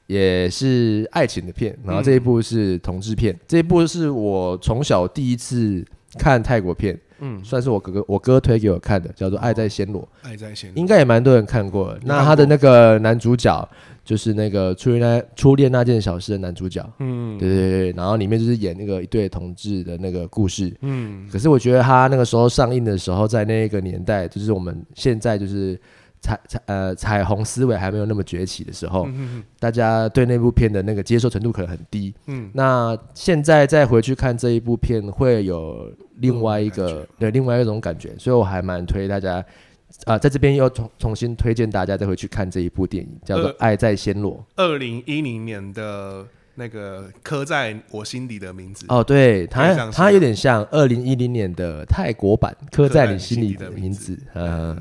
Speaker 2: 也是爱情的片，然后这一部是同志片，这一部是我从小第一次看泰国片，嗯，算是我哥哥我哥推给我看的，叫做《爱在暹罗》。
Speaker 3: 聊爱在线，
Speaker 2: 应该也蛮多人看过的。
Speaker 3: 你看
Speaker 2: 那他的那个男主角就是那个初恋那初恋那件小事的男主角，
Speaker 3: 嗯
Speaker 2: 对对对。然后里面就是演那个一对同志的那个故事。
Speaker 3: 嗯，
Speaker 2: 可是我觉得他那个时候上映的时候，在那个年代，就是我们现在就是彩彩呃彩虹思维还没有那么崛起的时
Speaker 3: 嗯
Speaker 2: 候，大家对那部片的那个接受程度可能很低。
Speaker 3: 嗯
Speaker 2: 那现在再回去看这一部片，会有另外一
Speaker 3: 不同的
Speaker 2: 个
Speaker 3: 感
Speaker 2: 对另外一种感觉，所以我还蛮推大家。啊、在这边又重重新推荐大家再回去看这一部电影，叫做
Speaker 3: 呃
Speaker 2: 《爱在暹罗》。
Speaker 3: 二零一零年的那个刻在我心底的名字，
Speaker 2: 哦，对，
Speaker 3: 有点
Speaker 2: 它
Speaker 3: 像是
Speaker 2: 它有点像二零一零年的泰国版《刻在你心里的名字》，嗯，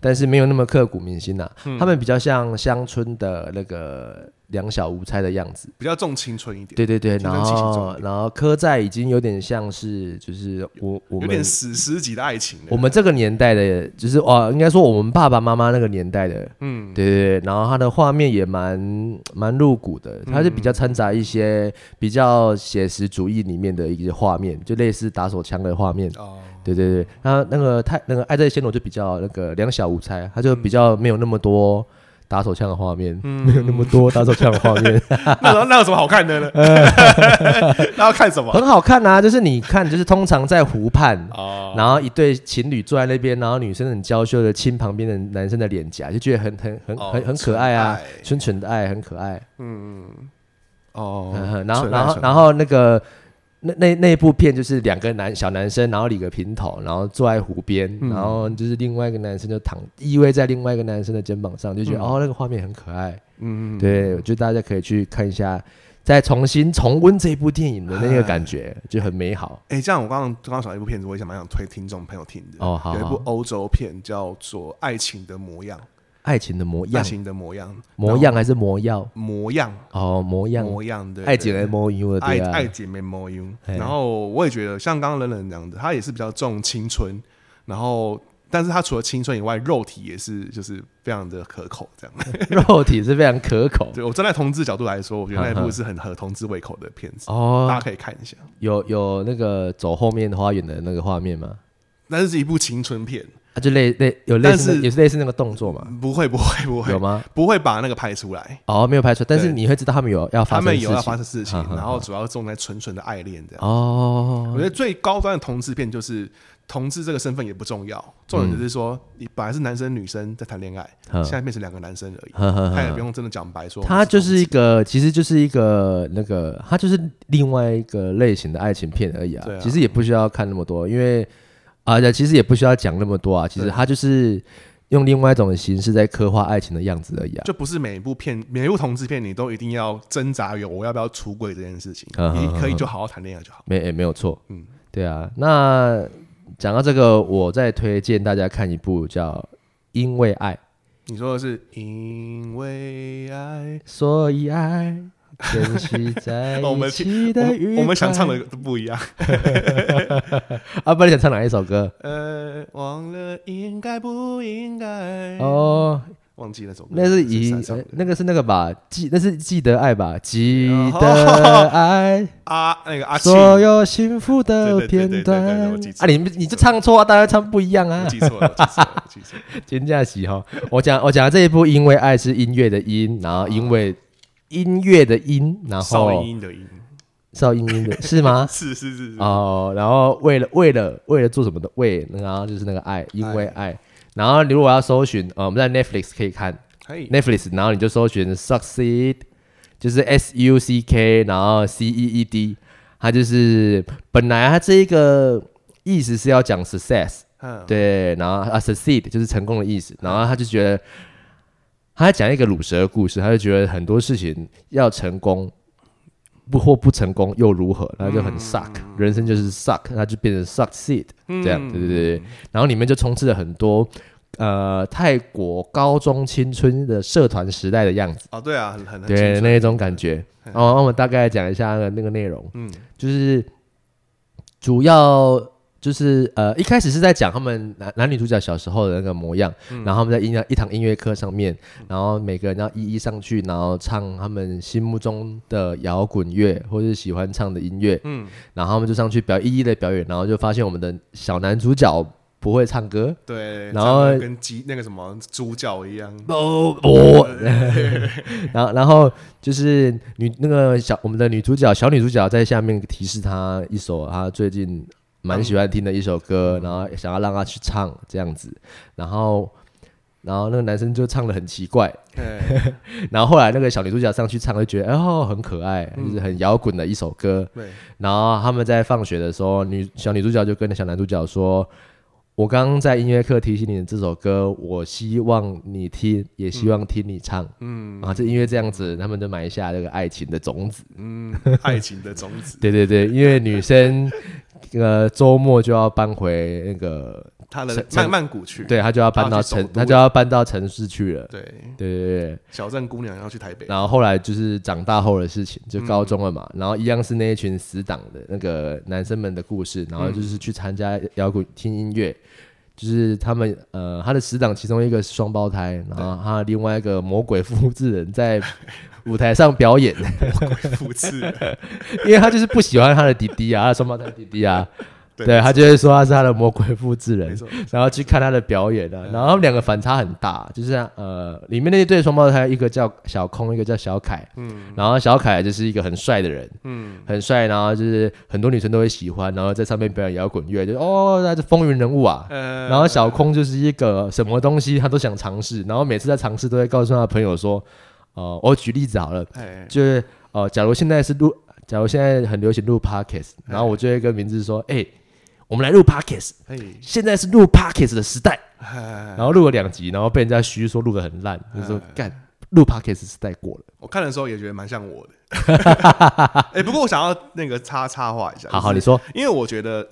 Speaker 2: 但是没有那么刻骨铭心呐、
Speaker 3: 嗯
Speaker 2: 他们比较像乡村的那个两小无猜的样子。
Speaker 3: 比较重青春一点，
Speaker 2: 对对对，
Speaker 3: 青
Speaker 2: 然
Speaker 3: 春气息重一
Speaker 2: 后
Speaker 3: 点
Speaker 2: 然后刻在已经有点像是就是我我
Speaker 3: 有
Speaker 2: 们
Speaker 3: 点史诗级的爱情了。
Speaker 2: 我们这个年代的，就是哦，应该说我们爸爸妈妈那个年代的，
Speaker 3: 嗯，
Speaker 2: 对对对，然后它的画面也蛮蛮露骨的，
Speaker 3: 嗯
Speaker 2: 它是比较掺杂一些比较写实主义里面的一些画面，就类似打手枪的画面。
Speaker 3: 哦，
Speaker 2: 对对对，那那个太那个爱在暹罗就比较那个两小无猜，它就比较没有那么多打手枪的画面，
Speaker 3: 嗯
Speaker 2: 没有那么多打手枪的画面，
Speaker 3: 那 有那有什么好看的呢？
Speaker 2: 呃
Speaker 3: 那要看什么？
Speaker 2: 很好看啊。就是你看，就是通常在湖畔。
Speaker 3: 哦，
Speaker 2: 然后一对情侣坐在那边，然后女生很娇羞的亲旁边的男生的脸颊，就觉得很很很
Speaker 3: 哦
Speaker 2: 很很可爱啊
Speaker 3: 纯爱，
Speaker 2: 纯纯的爱，很可爱。
Speaker 3: 哦
Speaker 2: 嗯，然后，
Speaker 3: 纯爱
Speaker 2: 然后，
Speaker 3: 纯爱
Speaker 2: 然后那个那那那部片就是两个男小男生，然后理个平头，然后坐在湖边，
Speaker 3: 嗯
Speaker 2: 然后就是另外一个男生就躺依偎在另外一个男生的肩膀上，就觉得、哦，那个画面很可爱。
Speaker 3: 嗯，
Speaker 2: 对，我觉得大家可以去看一下，再重新重温这部电影的那个感觉，就很美好。
Speaker 3: 哎，这样我刚刚刚刚想到一部片子，我也想蛮想推听众朋友听的。
Speaker 2: 哦好
Speaker 3: 有一
Speaker 2: 好
Speaker 3: 部欧洲片叫做《爱情的模样》，
Speaker 2: 爱情的模
Speaker 3: 爱
Speaker 2: 样，
Speaker 3: 情的模样，
Speaker 2: 模样还是魔药？
Speaker 3: 模样，
Speaker 2: 哦，魔样，
Speaker 3: 模样，对，
Speaker 2: 爱情
Speaker 3: 对
Speaker 2: 的魔样了，
Speaker 3: 爱
Speaker 2: 对啊，
Speaker 3: 爱姐妹 m u
Speaker 2: 嘿
Speaker 3: 然后我也觉得像刚刚冷冷讲的，他也是比较重青春，然后但是它除了青春以外，肉体也是就是非常的可口，这样。
Speaker 2: 肉体是非常可口。
Speaker 3: 对我站在同志角度来说，我觉得那一部是很合同志胃口的片子，大
Speaker 2: 哦
Speaker 3: 家，可以看一下。
Speaker 2: 有有那个走后面花园的那个画面吗？
Speaker 3: 但是是一部青春片，
Speaker 2: 啊，就类类有类似
Speaker 3: 但
Speaker 2: 那
Speaker 3: 是
Speaker 2: 也是类似那个动作嘛？
Speaker 3: 不会不会不
Speaker 2: 有
Speaker 3: 会
Speaker 2: 吗？
Speaker 3: 不会把那个排出来，
Speaker 2: 哦，没有拍出来，但是
Speaker 3: 对
Speaker 2: 你会知道他们有要发
Speaker 3: 他
Speaker 2: 生的
Speaker 3: 们
Speaker 2: 事情。
Speaker 3: 有要发生事情
Speaker 2: 嗯嗯，嗯
Speaker 3: 然后主要重在纯纯的爱恋这样。我
Speaker 2: 哦
Speaker 3: 觉，得最高端的同志片就是同志这个身份也不重要，重点就是说你本来是男生女生在谈恋爱，
Speaker 2: 嗯
Speaker 3: 现在变成两个男生而已，
Speaker 2: 呵呵
Speaker 3: 他也不
Speaker 2: 呵，
Speaker 3: 用真的讲白说我们同
Speaker 2: 它
Speaker 3: 志。
Speaker 2: 就是一个，其实就是一个那个，它就是另外一个类型的爱情片而已啊。
Speaker 3: 对啊
Speaker 2: 其实也不需要看那么多，因为啊，其实也不需要讲那么多啊。其实
Speaker 3: 对
Speaker 2: 它就是用另外一种形式在刻画爱情的样子而已啊。
Speaker 3: 就不是每一部片，每一部同志片你都一定要挣扎于我要不要出轨这件事情，
Speaker 2: 嗯
Speaker 3: 你
Speaker 2: 嗯嗯
Speaker 3: 可以就好好谈恋爱就好。
Speaker 2: 没、诶没有错，嗯
Speaker 3: 嗯，
Speaker 2: 对啊。那讲到这个，我再推荐大家看一部叫《因为爱
Speaker 3: 你说的是因为爱，
Speaker 2: 所以爱》，珍惜 在
Speaker 3: 哦我
Speaker 2: 一
Speaker 3: 们
Speaker 2: 起
Speaker 3: 我
Speaker 2: 的愉
Speaker 3: 们
Speaker 2: 快。
Speaker 3: 我们想唱的都不一样。
Speaker 2: 啊，不然你想唱哪一首歌？
Speaker 3: 呃，忘了应该不应该，
Speaker 2: 哦，
Speaker 3: 忘记那首歌，
Speaker 2: 那是以
Speaker 3: 山上
Speaker 2: 呃
Speaker 3: 的
Speaker 2: 那个是那个吧，记那是记得爱吧，记
Speaker 3: 哦
Speaker 2: 得爱，
Speaker 3: 啊，那个阿庆，
Speaker 2: 所有幸福的
Speaker 3: 对对对
Speaker 2: 片
Speaker 3: 对对对
Speaker 2: 段
Speaker 3: 我记。
Speaker 2: 啊，
Speaker 3: 错
Speaker 2: 你你就唱错啊，大家唱不一样啊
Speaker 3: 我。记错了，我记错了，我记 错了。
Speaker 2: 金价喜哈，我讲我讲的这一部，因为爱是音乐的音，然后因为音乐的音，然
Speaker 3: 少
Speaker 2: 后
Speaker 3: 音音的音，
Speaker 2: 邵音音的是吗？
Speaker 3: 是是是是，
Speaker 2: 哦，然后为了为了为了做什么的为，然后就是那个爱，因为爱。然后如果要搜寻，呃，我们在 Netflix 可以看，
Speaker 3: 嘿，
Speaker 2: Netflix，然后你就搜寻 Succeed，就是 S U C K，然后 C E E D，它就是本来它这一个意思是要讲 success，
Speaker 3: 嗯，
Speaker 2: 对，然后啊 succeed 就是成功的意思，然后他就觉得他在讲一个乳蛇的故事，他就觉得很多事情要成功。不或不成功又如何？那就很 suck，、人生就是 suck，那就变成 succeed 这样，对对对对。然后里面就充斥了很多呃泰国高中青春的社团时代的样子，
Speaker 3: 哦，对啊，很很很清
Speaker 2: 对
Speaker 3: 楚
Speaker 2: 那一种感觉。然后我们大概讲一下那个那个内容，
Speaker 3: 嗯
Speaker 2: 就是主要就是呃一开始是在讲他们男男女主角小时候的那个模样，
Speaker 3: 嗯
Speaker 2: 然后他们在音乐一堂音乐课上面，然后每个人要一一上去，然后唱他们心目中的摇滚乐或是喜欢唱的音乐，
Speaker 3: 嗯，
Speaker 2: 然后他们就上去表一一的表演，然后就发现我们的小男主角不会唱歌。
Speaker 3: 对，
Speaker 2: 然后
Speaker 3: 长得跟鸡那个什么猪叫一 样，
Speaker 2: 哦，我， 然后然后就是女那个小我们的女主角小女主角在下面提示她一首她最近蛮喜欢听的一首歌，然后想要让她去唱这样子，然后然后那个男生就唱的很奇怪，
Speaker 3: 嘿
Speaker 2: 然后后来那个小女主角上去唱就觉得哦很可爱，就是很摇滚的一首歌，
Speaker 3: 对，
Speaker 2: 然后他们在放学的时候，女小女主角就跟小男主角说：“我刚刚在音乐课提醒你的这首歌，我希望你听，也希望听你唱。
Speaker 3: 嗯
Speaker 2: 啊，这因为这样子，他们就埋下这个爱情的种子。
Speaker 3: 嗯，爱情的种子，
Speaker 2: 对对对，因为女生呃周末就要搬回那个，
Speaker 3: 他的
Speaker 2: 成
Speaker 3: 慢曼谷去，
Speaker 2: 对，她就要搬到
Speaker 3: 她要去首
Speaker 2: 城，
Speaker 3: 都
Speaker 2: 她就要搬到城市去了。
Speaker 3: 对，
Speaker 2: 对对对。
Speaker 3: 小镇姑娘要去台北，
Speaker 2: 然后后来就是长大后的事情，就高中了嘛，然后一样是那一群死党的那个男生们的故事，然后就是去参加摇滚听音乐，就是他们呃他的死党其中一个是双胞胎，然后他的另外一个魔鬼复制人在舞台上表演，
Speaker 3: 复制，
Speaker 2: 因为他就是不喜欢他的弟弟啊，他的双胞胎弟弟啊，
Speaker 3: 对
Speaker 2: 对他就会说他是他的魔鬼复制人
Speaker 3: 没，错，
Speaker 2: 然后去看他的表演啊，然后他们两个反差很大，就是呃，里面那一对双胞胎，一个叫小空，一个叫小凯，嗯，然后小凯就是一个很帅的人，嗯，很帅，然后就是很多女生都会喜欢，然后在上面表演摇滚乐，就哦，那是风云人物啊。
Speaker 3: 呃，
Speaker 2: 然后小空就是一个什么东西他都想尝试，然后每次在尝试都会告诉他的朋友说，呃，我举例子好了，
Speaker 3: 哎，
Speaker 2: 就是呃，假如现在是录，假如现在很流行录 podcast，然后我就会跟明志说，哎、我们来录 podcast。
Speaker 3: 嘿，
Speaker 2: 现在是录 podcast 的时代，
Speaker 3: 哎
Speaker 2: 然后录了两集，然后被人家虚说录的很烂，就说
Speaker 3: 哎
Speaker 2: 干录 podcast 时代过了。
Speaker 3: 我看的时候也觉得蛮像 我的，哎，不过我想要那个插插话一下，
Speaker 2: 好好，
Speaker 3: 就
Speaker 2: 你
Speaker 3: 是
Speaker 2: 说，
Speaker 3: 因为我觉得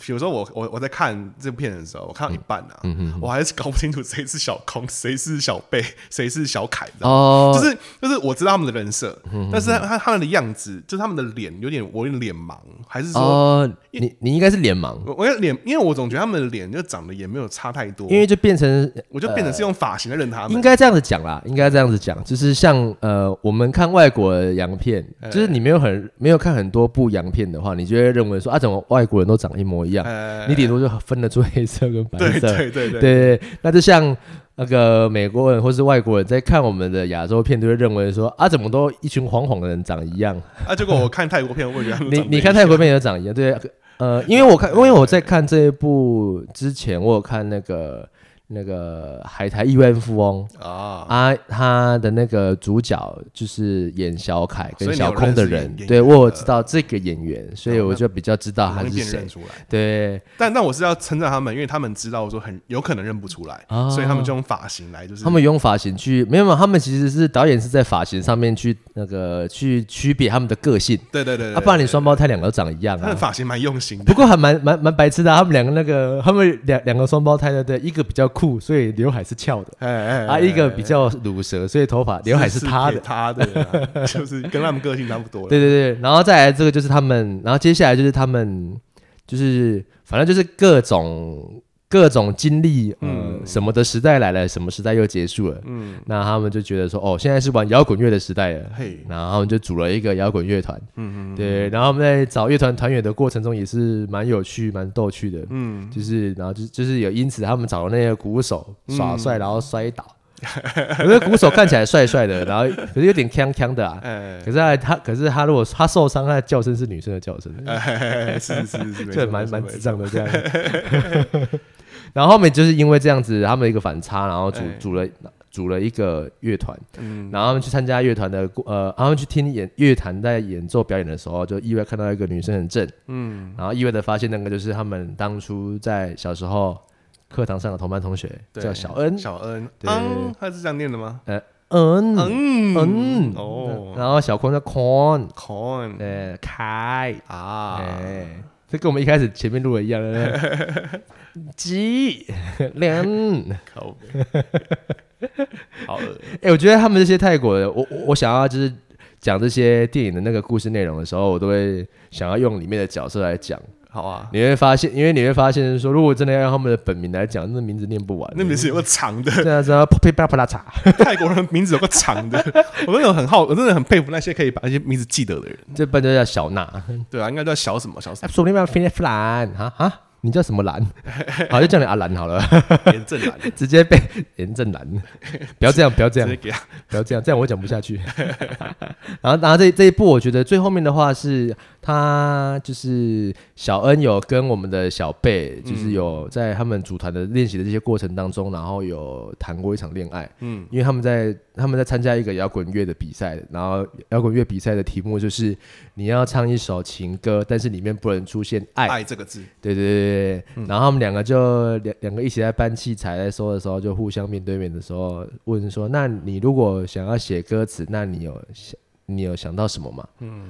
Speaker 3: 比如说我我我在看这部片的时候，我看到一半啊，
Speaker 2: 嗯
Speaker 3: 我还是搞不清楚谁是小空，谁是小贝，谁是小凯，你知道吗
Speaker 2: 哦，嗯
Speaker 3: 就是就是我知道他们的人设，但是他他他们的样子，就是他们的脸有点我有点脸盲，还是说
Speaker 2: 哦，你你应该是脸盲，
Speaker 3: 我我有脸，因为我总觉得他们的脸就长得也没有差太多，
Speaker 2: 因为就变成
Speaker 3: 我就变成是用发型来认他们，
Speaker 2: 应该这样子讲啦，应该这样子讲，就是像呃，我们看外国的洋片，就是你没有很没有看很多部洋片的话，你就会认为说啊，怎么外国人都长一模一样？
Speaker 3: 呃
Speaker 2: 你顶多就分得出黑色跟白
Speaker 3: 对
Speaker 2: 色。
Speaker 3: 对对
Speaker 2: 对对对那就像那个美国人或是外国人在看我们的亚洲片，都会认为说啊，怎么都一群黄黄的人长一样？
Speaker 3: 啊，结果我看泰国片，我也觉得他们
Speaker 2: 你
Speaker 3: 长得
Speaker 2: 你看
Speaker 3: 一样
Speaker 2: 泰国片也长一样，对，呃， 因为我看，因为我在看这一部之前，我有看那个那个海苔亿万富翁。
Speaker 3: 啊，
Speaker 2: 啊，他的那个主角就是演小凯跟小空的
Speaker 3: 所以
Speaker 2: 人
Speaker 3: 你有认识演员，
Speaker 2: 对
Speaker 3: 的哦
Speaker 2: 我有知道这个演员，所以我就比较知道他
Speaker 3: 容易
Speaker 2: 啊是
Speaker 3: 辨
Speaker 2: 谁
Speaker 3: 认。出来。
Speaker 2: 对，
Speaker 3: 但但我是要称赞他们，因为他们知道说很有可能认不出来，
Speaker 2: 哦
Speaker 3: 所以他们就用发型来，就是
Speaker 2: 他们用发型去，没有没有，他们其实是导演是在发型上面去那个去区别他们的个性。
Speaker 3: 对对对，
Speaker 2: 啊，不然你双胞胎两个都长一样
Speaker 3: 他的
Speaker 2: 啊。
Speaker 3: 发型蛮用心的
Speaker 2: 不。过还蛮蛮蛮白痴的啊、他们两个那个，他们两两个双胞胎的，对，一个比较酷，所以刘海是翘的，
Speaker 3: 哎哎
Speaker 2: 啊，一个比较乳舌，所以头发刘海是塌的
Speaker 3: 给。他的啊， 就是跟他们个性差不多了。
Speaker 2: 对对对，然后再来这个就是他们，然后接下来就是他们，就是反正就是各种各种经历，嗯，什么的时代来了，什么时代又结束了，嗯，那他们就觉得说，哦，现在是玩摇滚乐的时代了。
Speaker 3: 嘿，
Speaker 2: 然后他们就组了一个摇滚乐团，嗯嗯，对，然后我们在找乐团团员的过程中也是蛮有趣、蛮逗趣的，嗯，就是然后就就是有因此他们找了那个鼓手耍帅，然后摔 倒，有的鼓手看起来帅帅的，然后可是有点锵锵 的啊，
Speaker 3: 哎，
Speaker 2: 可是他他可是他如果他受伤，他的叫声是女生的叫声，
Speaker 3: 哎是是是是，没
Speaker 2: 这
Speaker 3: 错
Speaker 2: 蛮蛮
Speaker 3: 没
Speaker 2: 智
Speaker 3: 错
Speaker 2: 障的这样。 然后后面就是因为这样子，他们一个反差，然后组
Speaker 3: 哎
Speaker 2: 组了组了一个乐团，
Speaker 3: 嗯，
Speaker 2: 然后他们去参加乐团的过呃，他们去听演乐团在演奏表演的时候，就意外看到一个女生很正，嗯，然后意外的发现那个就是他们当初在小时候课堂上的同班同学，
Speaker 3: 对
Speaker 2: 叫小恩，
Speaker 3: 小恩，
Speaker 2: 对
Speaker 3: 嗯，他是这样念的吗？
Speaker 2: 恩
Speaker 3: 嗯
Speaker 2: 嗯
Speaker 3: 哦
Speaker 2: 然后小坤叫 Con，
Speaker 3: ，Con
Speaker 2: 呃，凯。
Speaker 3: 嗯啊，
Speaker 2: 哎，这跟我们一开始前面录的一样，对不对 鸡 两。
Speaker 3: 靠北，好恶
Speaker 2: 哎，我觉得他们这些泰国的，我我我想要就是讲这些电影的那个故事内容的时候，我都会想要用里面的角色来讲。
Speaker 3: 好啊，
Speaker 2: 你会发现，因为你会发现说，如果真的要用他们的本名来讲，那名字念不完。
Speaker 3: 那名字有个长的，
Speaker 2: 对啊，叫 p p 巴普拉查。
Speaker 3: 泰国人名字有个长 的，我真的很好，我真的很佩服那些可以把那些名字记得的人。
Speaker 2: 这班就叫小娜。
Speaker 3: 对啊，应该叫小什么小什
Speaker 2: 哎 说不定要 f i n i f 兰哈哈，你叫什么 兰？好，就叫你阿兰好了，
Speaker 3: 么严正啊 兰，
Speaker 2: 直接被严正兰。不要这样，不要这
Speaker 3: 直
Speaker 2: 样
Speaker 3: 接。给他。
Speaker 2: 不要这样，这样我讲不下去。 然后，然后这这一部，我觉得最后面的话是，他就是小恩有跟我们的小贝，就是有在他们组团的练习的这些过程当中，然后有谈过一场恋爱。
Speaker 3: 嗯，
Speaker 2: 因为他们在他们在参加一个摇滚乐的比赛，然后摇滚乐比赛的题目就是你要唱一首情歌，但是里面不能出现爱。
Speaker 3: 爱这个字，
Speaker 2: 对对对对，
Speaker 3: 嗯
Speaker 2: 对，然后他们两个就两两个一起在搬器材在说的时候，就互相面对面的时候问说：“那你如果想要写歌词，那你有想你有想到什么吗？”嗯，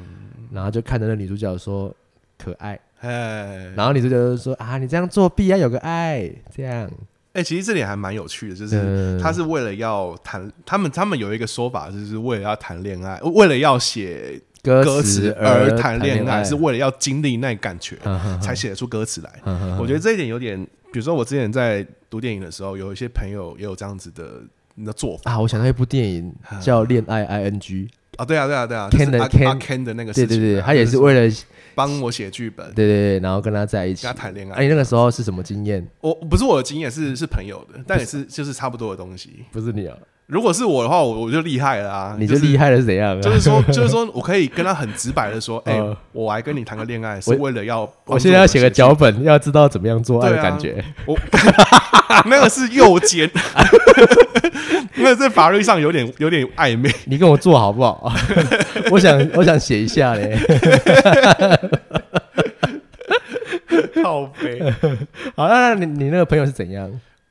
Speaker 2: 然后就看着那女主角说：“可爱。
Speaker 3: 哎”
Speaker 2: 然后女主角就说：“啊，你这样作弊啊，有个爱这样。
Speaker 3: 哎，其实这点还蛮有趣的，就
Speaker 2: 嗯
Speaker 3: 是他是为了要谈，他们他们有一个说法，就是为了要谈恋爱，为了要写
Speaker 2: 歌
Speaker 3: 歌词
Speaker 2: 词
Speaker 3: 而谈
Speaker 2: 谈
Speaker 3: 恋爱，
Speaker 2: 爱
Speaker 3: 是为了要经历那感觉
Speaker 2: 嗯哼
Speaker 3: 才写得出歌词来。
Speaker 2: 嗯哼
Speaker 3: 我觉得这一点有点，比如说我之前在读电影的时候，有一些朋友也有这样子的的做法
Speaker 2: 啊，我想到一部电影叫《恋爱 ING》，
Speaker 3: 啊，对啊，对啊，对啊，就是
Speaker 2: Ken 的
Speaker 3: 阿
Speaker 2: Ken
Speaker 3: 阿 Ken 的那个
Speaker 2: 对
Speaker 3: 事
Speaker 2: 对
Speaker 3: 情啊，
Speaker 2: 对，他也
Speaker 3: 就是
Speaker 2: 为了
Speaker 3: 帮我写剧本，
Speaker 2: 对对对，然后跟他在一起
Speaker 3: 跟他。谈恋
Speaker 2: 哎、
Speaker 3: 爱。
Speaker 2: 你那个时候是什么经验？
Speaker 3: 我不是我的经验，是是朋友的，但也是就是差不多的东西。
Speaker 2: 不是你啊，
Speaker 3: 如果是我的话，我我就厉害了啊！
Speaker 2: 你就厉害了是怎样、啊？
Speaker 3: 就是说，就是说，我可以跟他很直白 的说，哎、
Speaker 2: 呃
Speaker 3: 我来跟你谈个恋爱是为了要帮助
Speaker 2: 我现在要写个
Speaker 3: 们
Speaker 2: 脚本，要知道怎么样做爱的感觉。
Speaker 3: 写，啊我 那个是右肩， 那个在法律上有点有点暧昧。
Speaker 2: 你跟我做好不好？ 我想，我想写一下嘞。
Speaker 3: 靠背，
Speaker 2: 好，那那你你那个朋友是怎样？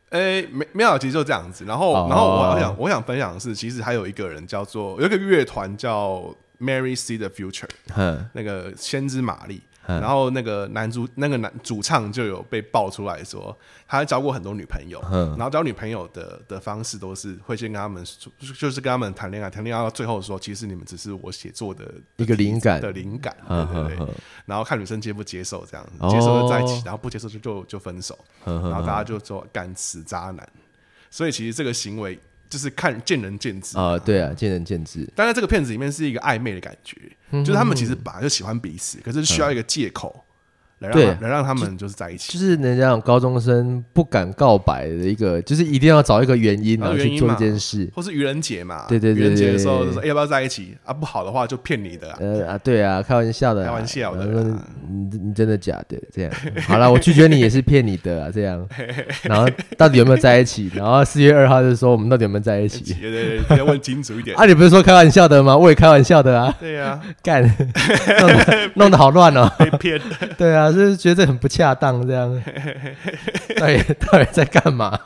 Speaker 3: 哎、没没有，其实就这样子。然后，
Speaker 2: 哦
Speaker 3: 然后我想我想分享的是，其实还有一个人叫做有一个乐团叫 Mary C 的 Future，
Speaker 2: 哼
Speaker 3: 那个先知玛丽，
Speaker 2: 嗯
Speaker 3: 然后那个男主那个男主唱就有被爆出来说，他交过很多女朋友，
Speaker 2: 嗯
Speaker 3: 然后交女朋友的的方式都是会先跟他们说，就是跟他们谈恋爱，谈恋爱到最后说，其实你们只是我写作的
Speaker 2: 一个灵感
Speaker 3: 的灵感，对
Speaker 2: 嗯
Speaker 3: 对
Speaker 2: 嗯
Speaker 3: 对。
Speaker 2: 嗯
Speaker 3: 然后看女生接不接受这样
Speaker 2: 哦，
Speaker 3: 接受就在一起，然后不接受就就就分手，
Speaker 2: 嗯
Speaker 3: 然后大家就说干死渣男，所以其实这个行为就是看见仁见智
Speaker 2: 啊，对啊，见仁见智，
Speaker 3: 但在这个片子里面是一个暧昧的感觉，
Speaker 2: 嗯
Speaker 3: 就是他们其实本来就喜欢彼此，可是需要一个借口来让
Speaker 2: 对
Speaker 3: 他来让他们就是在一起。
Speaker 2: 就是人家讲高中生不敢告白的一个，就是一定要找一个原因，
Speaker 3: 找
Speaker 2: 然
Speaker 3: 个
Speaker 2: 后
Speaker 3: 哦原因
Speaker 2: 去做这
Speaker 3: 嘛
Speaker 2: 件事。
Speaker 3: 或是愚人节嘛，
Speaker 2: 对对对
Speaker 3: 愚人节的时候
Speaker 2: 对对
Speaker 3: 就说、哎要不要在一起啊？不好的话就骗你的啊、
Speaker 2: 呃啊，对啊，开玩笑的啦，
Speaker 3: 开玩笑的啦
Speaker 2: 然后说你你真的假的？这 样，好了，我拒绝你也是骗你的啊，这样。然后到底有没有在一起？然后四月二号就说我们到底有没有在一起？
Speaker 3: 对对对，要问清楚一点。
Speaker 2: 啊，你不是说开玩笑的吗？我也开玩笑的啊，
Speaker 3: 对呀、
Speaker 2: 干，弄 得弄得好乱哦。
Speaker 3: 被骗的。
Speaker 2: 对啊，就是觉得很不恰当这 样。到底到底在干嘛？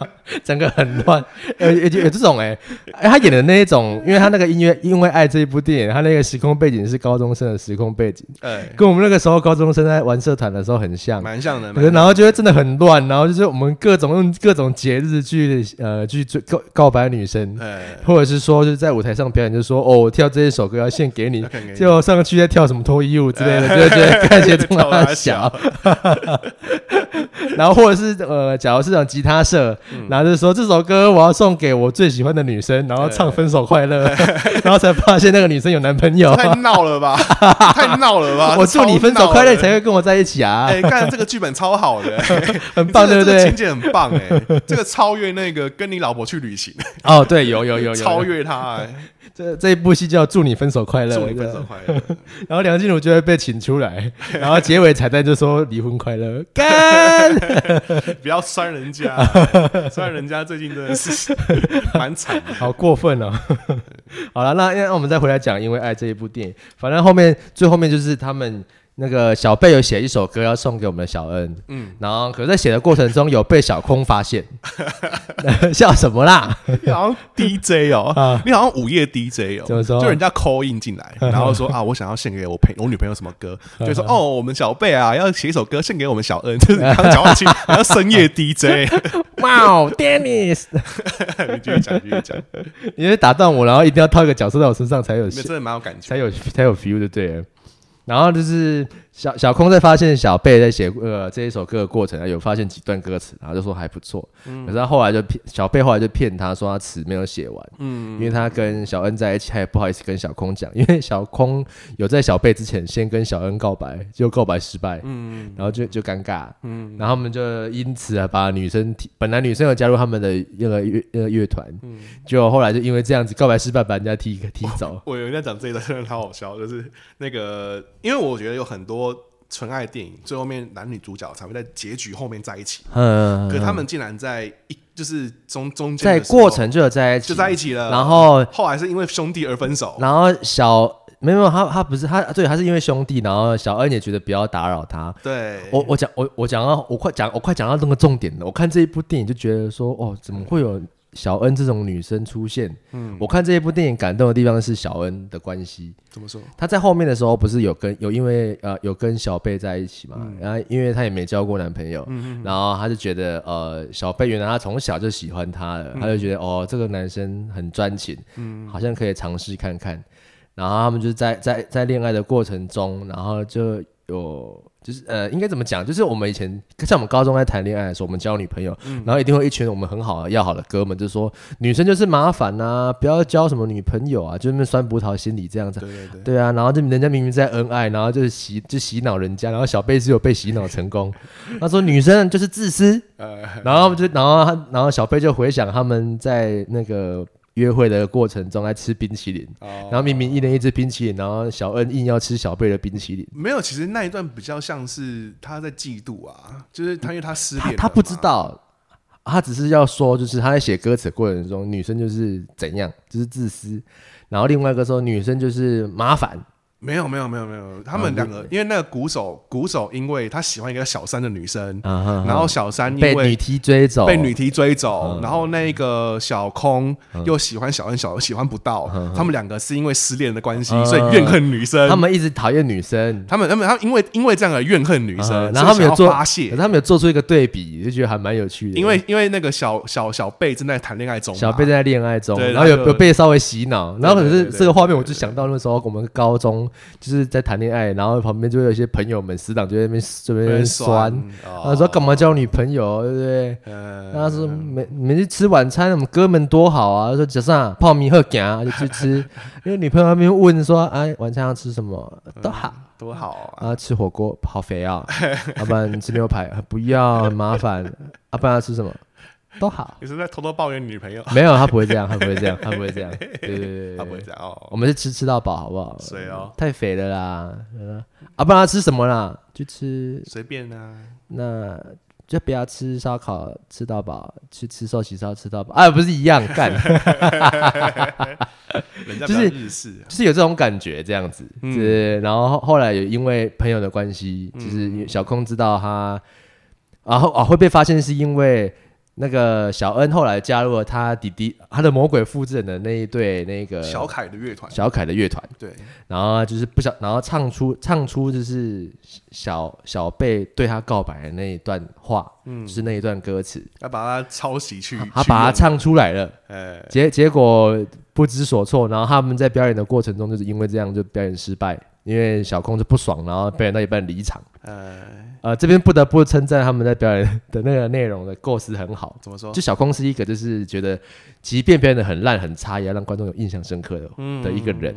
Speaker 2: 整个很乱。有有有这种哎、哎、他演的那一种，因为他那个音乐，因为爱这一部电影，他那个时空背景是高中生的时空背景，
Speaker 3: 哎，
Speaker 2: 跟我们那个时候高中生在玩社团的时候很像。
Speaker 3: 蛮像的。
Speaker 2: 可
Speaker 3: 蛮
Speaker 2: 是
Speaker 3: 像的
Speaker 2: 然后就会真的很乱，然后就是我们各种用各种节日去呃去追告告白女生，
Speaker 3: 哎，
Speaker 2: 或者是说就是在舞台上表演，就说哦我跳这一首歌要献给你
Speaker 3: 要，看给你
Speaker 2: 就上去在跳什么脱衣舞之类 的，就会觉得看起来这
Speaker 3: 跳
Speaker 2: 么
Speaker 3: 大
Speaker 2: 小。然后或者是呃，假如是讲吉他社，
Speaker 3: 嗯
Speaker 2: 然后就说这首歌我要送给我最喜欢的女生，然后唱《分手快 乐》，然后才发现那个女生有男朋友。
Speaker 3: 太闹了吧，太闹了吧！
Speaker 2: 我祝你分手快乐，你才
Speaker 3: 会。
Speaker 2: 会跟我在一起啊！
Speaker 3: 哎，干这个剧本超好的，
Speaker 2: 很
Speaker 3: 你
Speaker 2: 棒，对
Speaker 3: 这
Speaker 2: 不
Speaker 3: 个这个
Speaker 2: 对
Speaker 3: 情？节很棒哎，这个超越那个跟你老婆去旅行，
Speaker 2: 哦，对，有有有有，
Speaker 3: 超越他哎，
Speaker 2: 这这一部戏叫《祝你分手快乐》，
Speaker 3: 祝你分手快乐。
Speaker 2: 然后梁静茹就会被请出来， 然后结尾彩蛋就说离婚快乐，干！
Speaker 3: 不要酸人家，虽然人家最近真 的是蛮惨的。
Speaker 2: 好过分哦！ 好了，那那我们再回来讲《因为爱》这一部电影。反正后面最后面就是他们那个小贝有写一首歌要送给我们的小恩，嗯
Speaker 3: 嗯，
Speaker 2: 然后可是在写的过程中有被小空发现， 笑什么啦？
Speaker 3: 你好像 DJ 哦，
Speaker 2: 啊
Speaker 3: 你好像午夜 DJ 哦，
Speaker 2: 怎么说
Speaker 3: 就人家 call in 进来，然后说啊，我想要献给我朋我女朋友什么歌，
Speaker 2: 嗯
Speaker 3: 就说哦，我们小贝啊要写一首歌献给我们小恩，就是刚刚讲话清，然后 深夜 DJ，
Speaker 2: 哇 哦，Dennis，
Speaker 3: 你继续讲，继续讲，
Speaker 2: 你是打断我，然后一定要套一个角色在我身上才有
Speaker 3: 你们真的蛮有感
Speaker 2: 才
Speaker 3: 觉。
Speaker 2: 有才有 feel 就对了。然后就是小小空在发现小贝在写呃这一首歌的过程，有发现几段歌词，然后就说还不错。
Speaker 3: 嗯
Speaker 2: 可是他后来就骗小贝，后来就骗他说他词没有写完，
Speaker 3: 嗯
Speaker 2: 因为他跟小恩在一起，他也不好意思跟小空讲， 因为小空有在小贝之前先跟小恩告白，结果告白失败，
Speaker 3: 嗯
Speaker 2: 然后就就尴尬，然后他们就因此啊把女生踢本来女生有加入他们的那个乐那个乐团，
Speaker 3: 嗯
Speaker 2: 结果后来就因为这样子告白失败，把人家踢踢走。
Speaker 3: 我有人在讲这一段，真的超好笑，就是那个，因为我觉得有很多纯爱电影最后面男女主角才会在结局后面在一起，
Speaker 2: 嗯，
Speaker 3: 可他们竟然在一就是中中间
Speaker 2: 在
Speaker 3: 的时候
Speaker 2: 过程就有在一起，
Speaker 3: 就在一起了，
Speaker 2: 然后，
Speaker 3: 后来是因为兄弟而分手。
Speaker 2: 然后小没有没有他他不是他对他是因为兄弟，然后小恩也觉得不要打扰他。
Speaker 3: 对，
Speaker 2: 我我讲我我讲到我快讲我快讲到那个重点了。我看这一部电影就觉得说哦，怎么会有小恩这种女生出现？嗯，我看这一部电影感动的地方是小恩的关系。
Speaker 3: 怎么说？
Speaker 2: 她在后面的时候不是有跟有因为呃有跟小贝在一起嘛，然后因为她也没交过男朋友，然后她就觉得呃小贝原来她从小就喜欢他了，她就觉得哦这个男生很专情，好像可以尝试看看。然后他们就是在在在恋爱的过程中，然后就有就是呃应该怎么讲？就是我们以前像我们高中在谈恋爱的时候，我们交女朋友，然后一定会一群我们很好的要好的哥们就说女生就是麻烦呐、不要交什么女朋友啊，就那边酸葡萄心理这样子
Speaker 3: 对。对对，
Speaker 2: 对啊，然后就人家明明在恩爱，然后就是洗就洗脑人家，然后小贝只有被洗脑成 功。他说女生就是自私，
Speaker 3: 呃，
Speaker 2: 然后就然后他然后小贝就回想他们在那个约会的过程中在吃冰淇淋，
Speaker 3: 哦
Speaker 2: 然后明明一人一只冰淇淋，然后小恩硬要吃小贝的冰淇淋，
Speaker 3: 没有，其实那一段比较像是他在嫉妒啊，就是他因为他失恋
Speaker 2: 他
Speaker 3: 了
Speaker 2: 他不知
Speaker 3: 嘛，
Speaker 2: 道。他只是要说，就是他在写歌词的过程中，女生就是怎样，就是自私；然后另外一个说，女生就是麻烦，
Speaker 3: 没有没有没有没有，他
Speaker 2: 嗯
Speaker 3: 们两个，因为那个鼓手鼓手，因为他喜欢一个小三的女生，
Speaker 2: 啊哈哈
Speaker 3: 然后小三因
Speaker 2: 被女
Speaker 3: 为
Speaker 2: 踢追走，嗯
Speaker 3: 被女提追走，然后那个小空又喜欢小恩，小恩喜欢不到，他们两个是因为失恋的关系，
Speaker 2: 嗯
Speaker 3: 所以怨恨女生。
Speaker 2: 他们一直讨厌女生，
Speaker 3: 他们他们他们因为因为这样而怨恨女
Speaker 2: 啊
Speaker 3: 生，
Speaker 2: 然后他
Speaker 3: 所
Speaker 2: 们
Speaker 3: 以
Speaker 2: 有
Speaker 3: 想
Speaker 2: 做，
Speaker 3: 要发
Speaker 2: 可
Speaker 3: 泄
Speaker 2: 是。他们有做出一个对比，就觉得还蛮有趣的。
Speaker 3: 因为因为那个小小小贝正在谈恋爱中嘛，
Speaker 2: 小贝在恋爱中，
Speaker 3: 对
Speaker 2: 然后有
Speaker 3: 他就
Speaker 2: 有被稍微洗脑，然后可
Speaker 3: 对
Speaker 2: 是
Speaker 3: 对对
Speaker 2: 这个画面我就想到那时候我们高中就是在谈恋爱，然后旁边就会有一些朋友们死党就在那边这边
Speaker 3: 很
Speaker 2: 酸，然后说干嘛交女朋友，对不对？
Speaker 3: 哦呃
Speaker 2: 然后说每每次吃晚餐，我们哥们多好啊！说早上泡米喝行啊就去 吃，因为女朋友那边问说啊晚餐要吃什么都好
Speaker 3: 多好啊！
Speaker 2: 啊，吃火锅好肥啊， 要不然吃牛排不要很麻烦，要不然要吃什么都好。
Speaker 3: 你是不是在偷偷抱怨你女朋友？
Speaker 2: 没有，他不会这样，他不会这样，他不会这样。对对对，
Speaker 3: 他 不会
Speaker 2: 样。
Speaker 3: 这样哦
Speaker 2: 我。们是吃吃到饱，好不好？
Speaker 3: 谁哦
Speaker 2: 太肥了啦！嗯啊，不然他吃什么啦？就吃
Speaker 3: 随便啊，
Speaker 2: 那就不要吃烧烤吃到饱，去吃寿喜烧吃到饱。啊，不是一样干，
Speaker 3: 人家
Speaker 2: 就
Speaker 3: 比较
Speaker 2: 是
Speaker 3: 日式啊，
Speaker 2: 就是有这种感觉这样子。
Speaker 3: 嗯
Speaker 2: 是，然后后后来有因为朋友的关系，
Speaker 3: 嗯
Speaker 2: 就是小空知道他，然后啊会被发现是因为。那个小恩后来加入了他弟弟，他的魔鬼复制人的那一对那个
Speaker 3: 小凯的乐团，
Speaker 2: 小凯的乐团，
Speaker 3: 对，
Speaker 2: 然后他就是不小，然后唱出唱出就是小小贝对他告白的那一段话，
Speaker 3: 嗯
Speaker 2: 就是那一段歌词，
Speaker 3: 要把它抄袭去，
Speaker 2: 他把它
Speaker 3: 去用，
Speaker 2: 唱出来了，
Speaker 3: 哎，
Speaker 2: 结结果不知所措，然后他们在表演的过程中就是因为这样就表演失败，因为小空就不爽，然后表演到一半离场。
Speaker 3: 呃，
Speaker 2: 呃，这边不得不称赞他们在表演的那个内容的构思很好，
Speaker 3: 怎么说
Speaker 2: 就？小空是一个就是觉得即便表演的很烂很差，也要让观众有印象深刻的的一个人。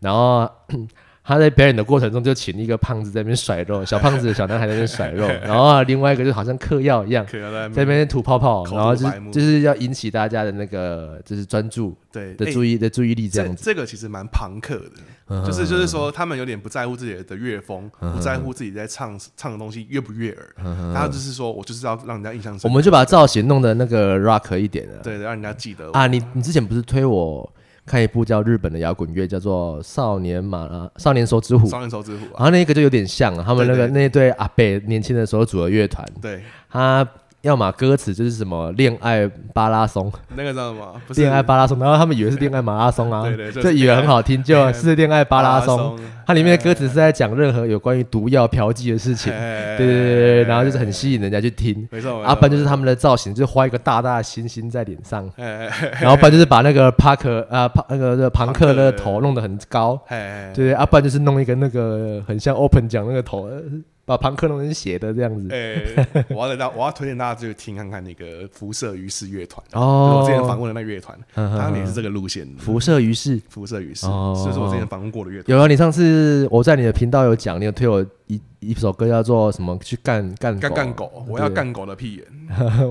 Speaker 2: 然后 他在表演的过程中就请一个胖子在那边甩肉，小胖子小男孩在那边甩肉，然后另外一个就好像嗑药一样。
Speaker 3: 可能
Speaker 2: 在那边吐泡泡，
Speaker 3: 口
Speaker 2: 然后
Speaker 3: 吐
Speaker 2: 就
Speaker 3: 白沫
Speaker 2: 就是要引起大家的那个就是专注
Speaker 3: 对
Speaker 2: 的
Speaker 3: 哎
Speaker 2: 注意的注意力这
Speaker 3: 这
Speaker 2: 样子，嗯
Speaker 3: 这个其实蛮朋克的，就是就是说，他们有点不在乎自己的乐风，不在乎自己在唱唱的东西悦不悦耳，
Speaker 2: 嗯
Speaker 3: 他就是说我就是要让人家印象
Speaker 2: 我
Speaker 3: 深刻，
Speaker 2: 们就把造型弄得那个 rock 一点的
Speaker 3: 对，让人家记得我。
Speaker 2: 啊。你你之前不是推我看一部叫日本的摇滚乐，叫做《少年马拉少年手指虎》，
Speaker 3: 双人手指虎啊，
Speaker 2: 然后那个就有点像啊他们那个
Speaker 3: 对对
Speaker 2: 那对阿贝年轻的时候组的乐团，
Speaker 3: 对，
Speaker 2: 他要么歌词就是什么恋爱巴拉松，
Speaker 3: 那个叫什么？不是
Speaker 2: 恋爱巴拉松，然后他们以为是恋爱马拉松啊，
Speaker 3: 对对就是
Speaker 2: 就以为很好听，
Speaker 3: 恋爱
Speaker 2: 就是恋爱巴拉松。，它里面的歌词是在讲任何有关于毒药嫖妓的事情，
Speaker 3: 哎
Speaker 2: 对对对对，然后就是很吸引人家去听。
Speaker 3: 没错，
Speaker 2: 阿
Speaker 3: 没错
Speaker 2: 班就是他们的造型，就是画一个大大的星星在脸上，
Speaker 3: 哎哎
Speaker 2: 然后班就是把那个帕克啊帕那个那个庞克的头弄得很高，
Speaker 3: 哎
Speaker 2: 对，阿班就是弄一个那个很像 Open 讲那个头，呃把庞克弄成斜的这样子。
Speaker 3: 哎，我要等到我要推荐大家去听看看那个辐射于是乐团，啊就是
Speaker 2: 哦
Speaker 3: 我之前访问的那个乐团，
Speaker 2: 嗯嗯
Speaker 3: 他们也是这个路线的。
Speaker 2: 辐射于是
Speaker 3: 辐射于是，
Speaker 2: 哦
Speaker 3: 这是我之前访问过的乐团。
Speaker 2: 有啊，你上次我在你的频道有讲，你有推我一一首歌叫做什么？去干干
Speaker 3: 干
Speaker 2: 狗
Speaker 3: 干狗，我要
Speaker 2: 对，
Speaker 3: 干狗的屁 眼，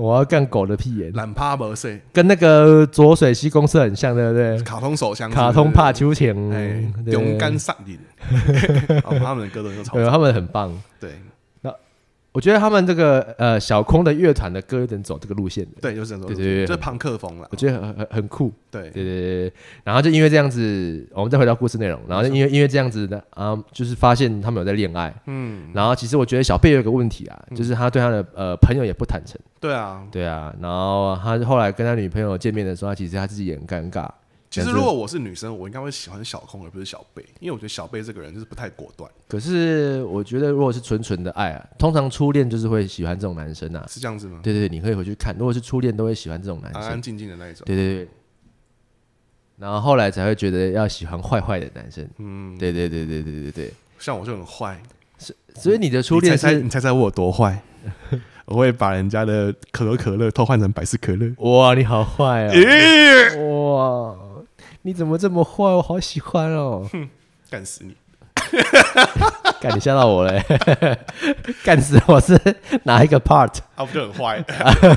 Speaker 2: 我要干狗的屁眼，
Speaker 3: 懒趴不睡，
Speaker 2: 跟那个左水溪公司很像，对不对？
Speaker 3: 卡通手枪，
Speaker 2: 卡通怕，秋千，
Speaker 3: 哎，
Speaker 2: 对
Speaker 3: 勇敢上 瘾，哦他们的歌都是超
Speaker 2: 对，他啊们很棒。
Speaker 3: 对
Speaker 2: 我觉得他们这个呃小空的乐团的歌有点走这个路线的，
Speaker 3: 对，就是这种，
Speaker 2: 对对对
Speaker 3: 就是朋克风了
Speaker 2: 我，觉得很很很酷。
Speaker 3: 对
Speaker 2: 对对对对，然后就因为这样子，我们再回到故事内容，然后
Speaker 3: 嗯
Speaker 2: 就因为因为这样子的啊，就是发现他们有在恋爱，嗯，然后其实我觉得小贝有一个问题啊，
Speaker 3: 嗯
Speaker 2: 就是他对他的呃朋友也不坦诚，
Speaker 3: 对啊。
Speaker 2: 对啊，然后他后来跟他女朋友见面的时候，他其实他自己也很尴尬，
Speaker 3: 其实
Speaker 2: 但是
Speaker 3: 如果我是女生，我应该会喜欢小空而不是小贝，因为我觉得小贝这个人就是不太果断，
Speaker 2: 可是我觉得如果是纯纯的爱啊，通常初恋就是会喜欢这种男生啊，
Speaker 3: 是这样子吗？
Speaker 2: 对对对，你可以回去看，如果是初恋都会喜欢这种男
Speaker 3: 安
Speaker 2: 生
Speaker 3: 安，静静的那一种，
Speaker 2: 对对对，然后后来才会觉得要喜欢坏坏的男生，嗯，对对对对对对对。
Speaker 3: 像我就很坏。
Speaker 2: 所以你的初恋
Speaker 3: 嗯你猜猜
Speaker 2: 是
Speaker 3: 你猜猜我有多坏？ 我会把人家的可口可乐偷换成百事可乐。
Speaker 2: 哇，你好坏
Speaker 3: 咦，
Speaker 2: 哦！哇，你怎么这么坏？我好喜欢哦！
Speaker 3: 干死你！
Speaker 2: 干，你吓到我嘞！ 干死我是哪一个 part？
Speaker 3: 啊，不就很坏，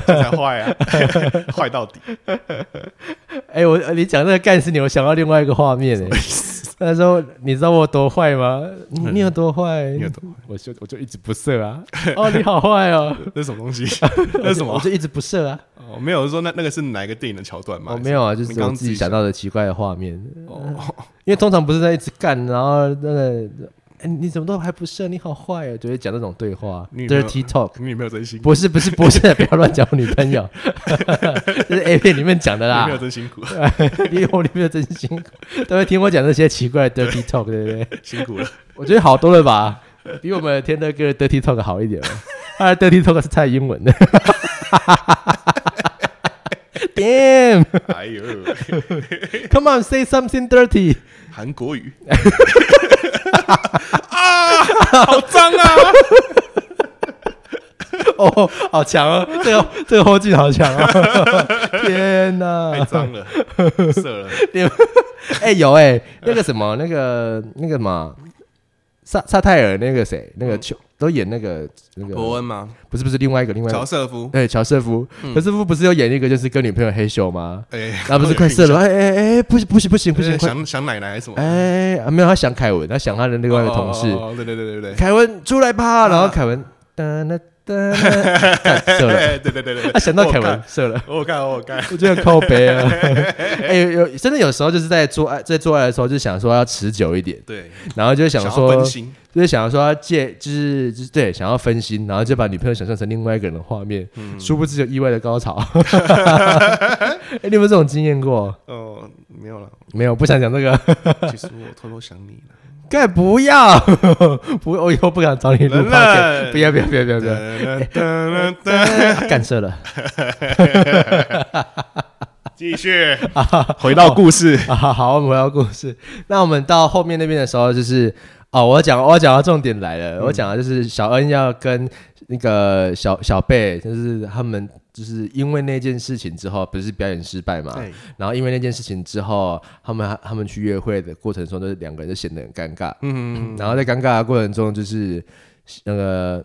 Speaker 3: 这才坏啊， 坏到底。
Speaker 2: 哎、我你讲那个干死你，我想到另外一个画面哎，他说：“你知道我多坏 吗？你你有多坏？
Speaker 3: 你有懂？
Speaker 2: 哎我就我就一直不射啊！哦，你好坏哦！
Speaker 3: 那是什 么东西？那是什
Speaker 2: 我
Speaker 3: 么？
Speaker 2: 就一直不射啊！
Speaker 3: 哦，没有说那那个是哪一个电影的桥段吗？
Speaker 2: 哦，没有啊，就是
Speaker 3: 你刚
Speaker 2: 我
Speaker 3: 刚
Speaker 2: 自
Speaker 3: 自
Speaker 2: 己
Speaker 3: 己
Speaker 2: 想到的奇怪的画面，
Speaker 3: 哦，
Speaker 2: 因为通常不是在一直干，然后那个，哎，你怎么都还不射？你好坏哦！就会讲那种对话
Speaker 3: 你有没有
Speaker 2: ，dirty talk。
Speaker 3: 你有没有真心？
Speaker 2: 不是不是不是， 不要乱讲我女朋友， 这是 A 片里面讲的
Speaker 3: 你
Speaker 2: 啦
Speaker 3: 没有。真辛苦，
Speaker 2: 你我女朋友真辛苦，都会听我讲这些奇怪的 dirty talk，对不对？
Speaker 3: 辛苦了。
Speaker 2: 我觉得好多了吧，比我们天乐哥的 Dirty Talk 好一 点了。他的 Dirty Talk 是蔡英文的。Damn,
Speaker 3: 哎呦，
Speaker 2: come on, say something dirty。
Speaker 3: 韩国 语啊，好脏啊！
Speaker 2: 哦，好强哦，这个这个后劲好强哦！ 天哪
Speaker 3: 太，脏 了，色了。
Speaker 2: 哎、有哎、那个什么，那个那个嘛，萨萨泰尔那个谁，那
Speaker 3: 嗯
Speaker 2: 个球、都演那个那个，
Speaker 3: 伯恩吗？
Speaker 2: 不是不是另外一个另外一
Speaker 3: 乔
Speaker 2: 个，
Speaker 3: 瑟夫，
Speaker 2: 哎对乔瑟夫，
Speaker 3: 嗯
Speaker 2: 乔瑟夫不是有演一个就是跟女朋友黑咻吗？
Speaker 3: 哎，
Speaker 2: 啊，不是快射了，哎哎哎，不行不行不行不
Speaker 3: 不
Speaker 2: 行，
Speaker 3: 是
Speaker 2: 快！
Speaker 3: 想想奶奶还是什么？
Speaker 2: 哎、啊没有，他想凯文，他想他的另外一个同事，
Speaker 3: 哦，哦哦对啊对对对对，
Speaker 2: 凯文出来吧，然后凯文哒哒哒哒干射了，
Speaker 3: 哎对对对对，
Speaker 2: 他想到凯
Speaker 3: 我
Speaker 2: 文
Speaker 3: 有看，
Speaker 2: 射了。
Speaker 3: 我有看，我有看，
Speaker 2: 我觉得靠背 啊，哎、有有真的有时候就是在做爱，在做爱的时候就想说要持久一点，
Speaker 3: 对，
Speaker 2: 然后就想
Speaker 3: 要
Speaker 2: 说，
Speaker 3: 分心，
Speaker 2: 就是想要说要借，就是就是对，想要分心，然后就把女朋友想象成另外一个人的画面，殊不知有意外的高潮。 哎、你有没有这种经验过？
Speaker 3: 哦，没 有了。
Speaker 2: 没有，不想讲这个。
Speaker 3: 其实我偷偷想你了。
Speaker 2: 干不要， 不，我以后不敢找你录
Speaker 3: 人
Speaker 2: podcast，
Speaker 3: 类
Speaker 2: 不要不要不要不要不要，
Speaker 3: 噔噔噔噔
Speaker 2: 啊干射了，
Speaker 3: 继续哦回到故事。
Speaker 2: 啊好，好，我们回到故事。那我们到后面那边的时候，就是哦，我讲我讲到重点来了，我讲的就是小恩要跟那个小小贝，就是他们就是因为那件事情之后，不是表演失败嘛，
Speaker 3: 对
Speaker 2: 然后因为那件事情之后，他们他们去约会的过程中，就是两个人就显得很尴尬。嗯然后在尴尬的过程中，就是那个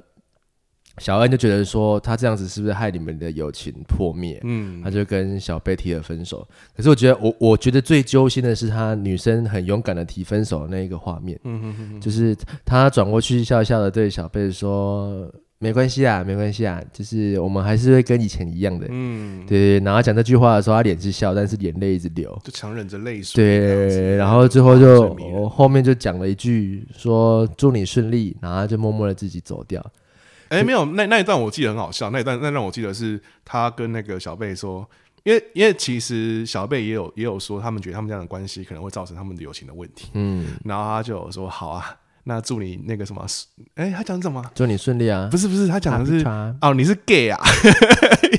Speaker 2: 小恩就觉得说，他这样子是不是害你们的友情破灭？
Speaker 3: 嗯
Speaker 2: 他就跟小贝提了分手。可是我觉得，我我觉得最揪心的是他女生很勇敢的提分手的那一个画面，
Speaker 3: 嗯
Speaker 2: 就是他转过去笑笑的对小贝说：“没关系啊，没关系啊，就是我们还是会跟以前一样的。”
Speaker 3: 嗯，
Speaker 2: 对，然后讲这句话的时候，他脸是笑，但是眼泪一直流。
Speaker 3: 就强忍着泪水。
Speaker 2: 对，然后最后就哦
Speaker 3: 最迷人
Speaker 2: 后面就讲了一句说祝你顺利，然后他就默默的自己走掉。
Speaker 3: 哎，没有，那那一段我记得很好笑。那一段那让我记得是他跟那个小贝说。因为因为其实小贝也有也有说，他们觉得他们这样的关系可能会造成他们的友情的问题，
Speaker 2: 嗯，
Speaker 3: 然后他就有说好啊，那祝你那个什么，哎、他讲什么啊？
Speaker 2: 祝你顺利啊！
Speaker 3: 不
Speaker 2: 是
Speaker 3: 是不是，他讲的是
Speaker 2: 是
Speaker 3: 哦，你是 gay 啊？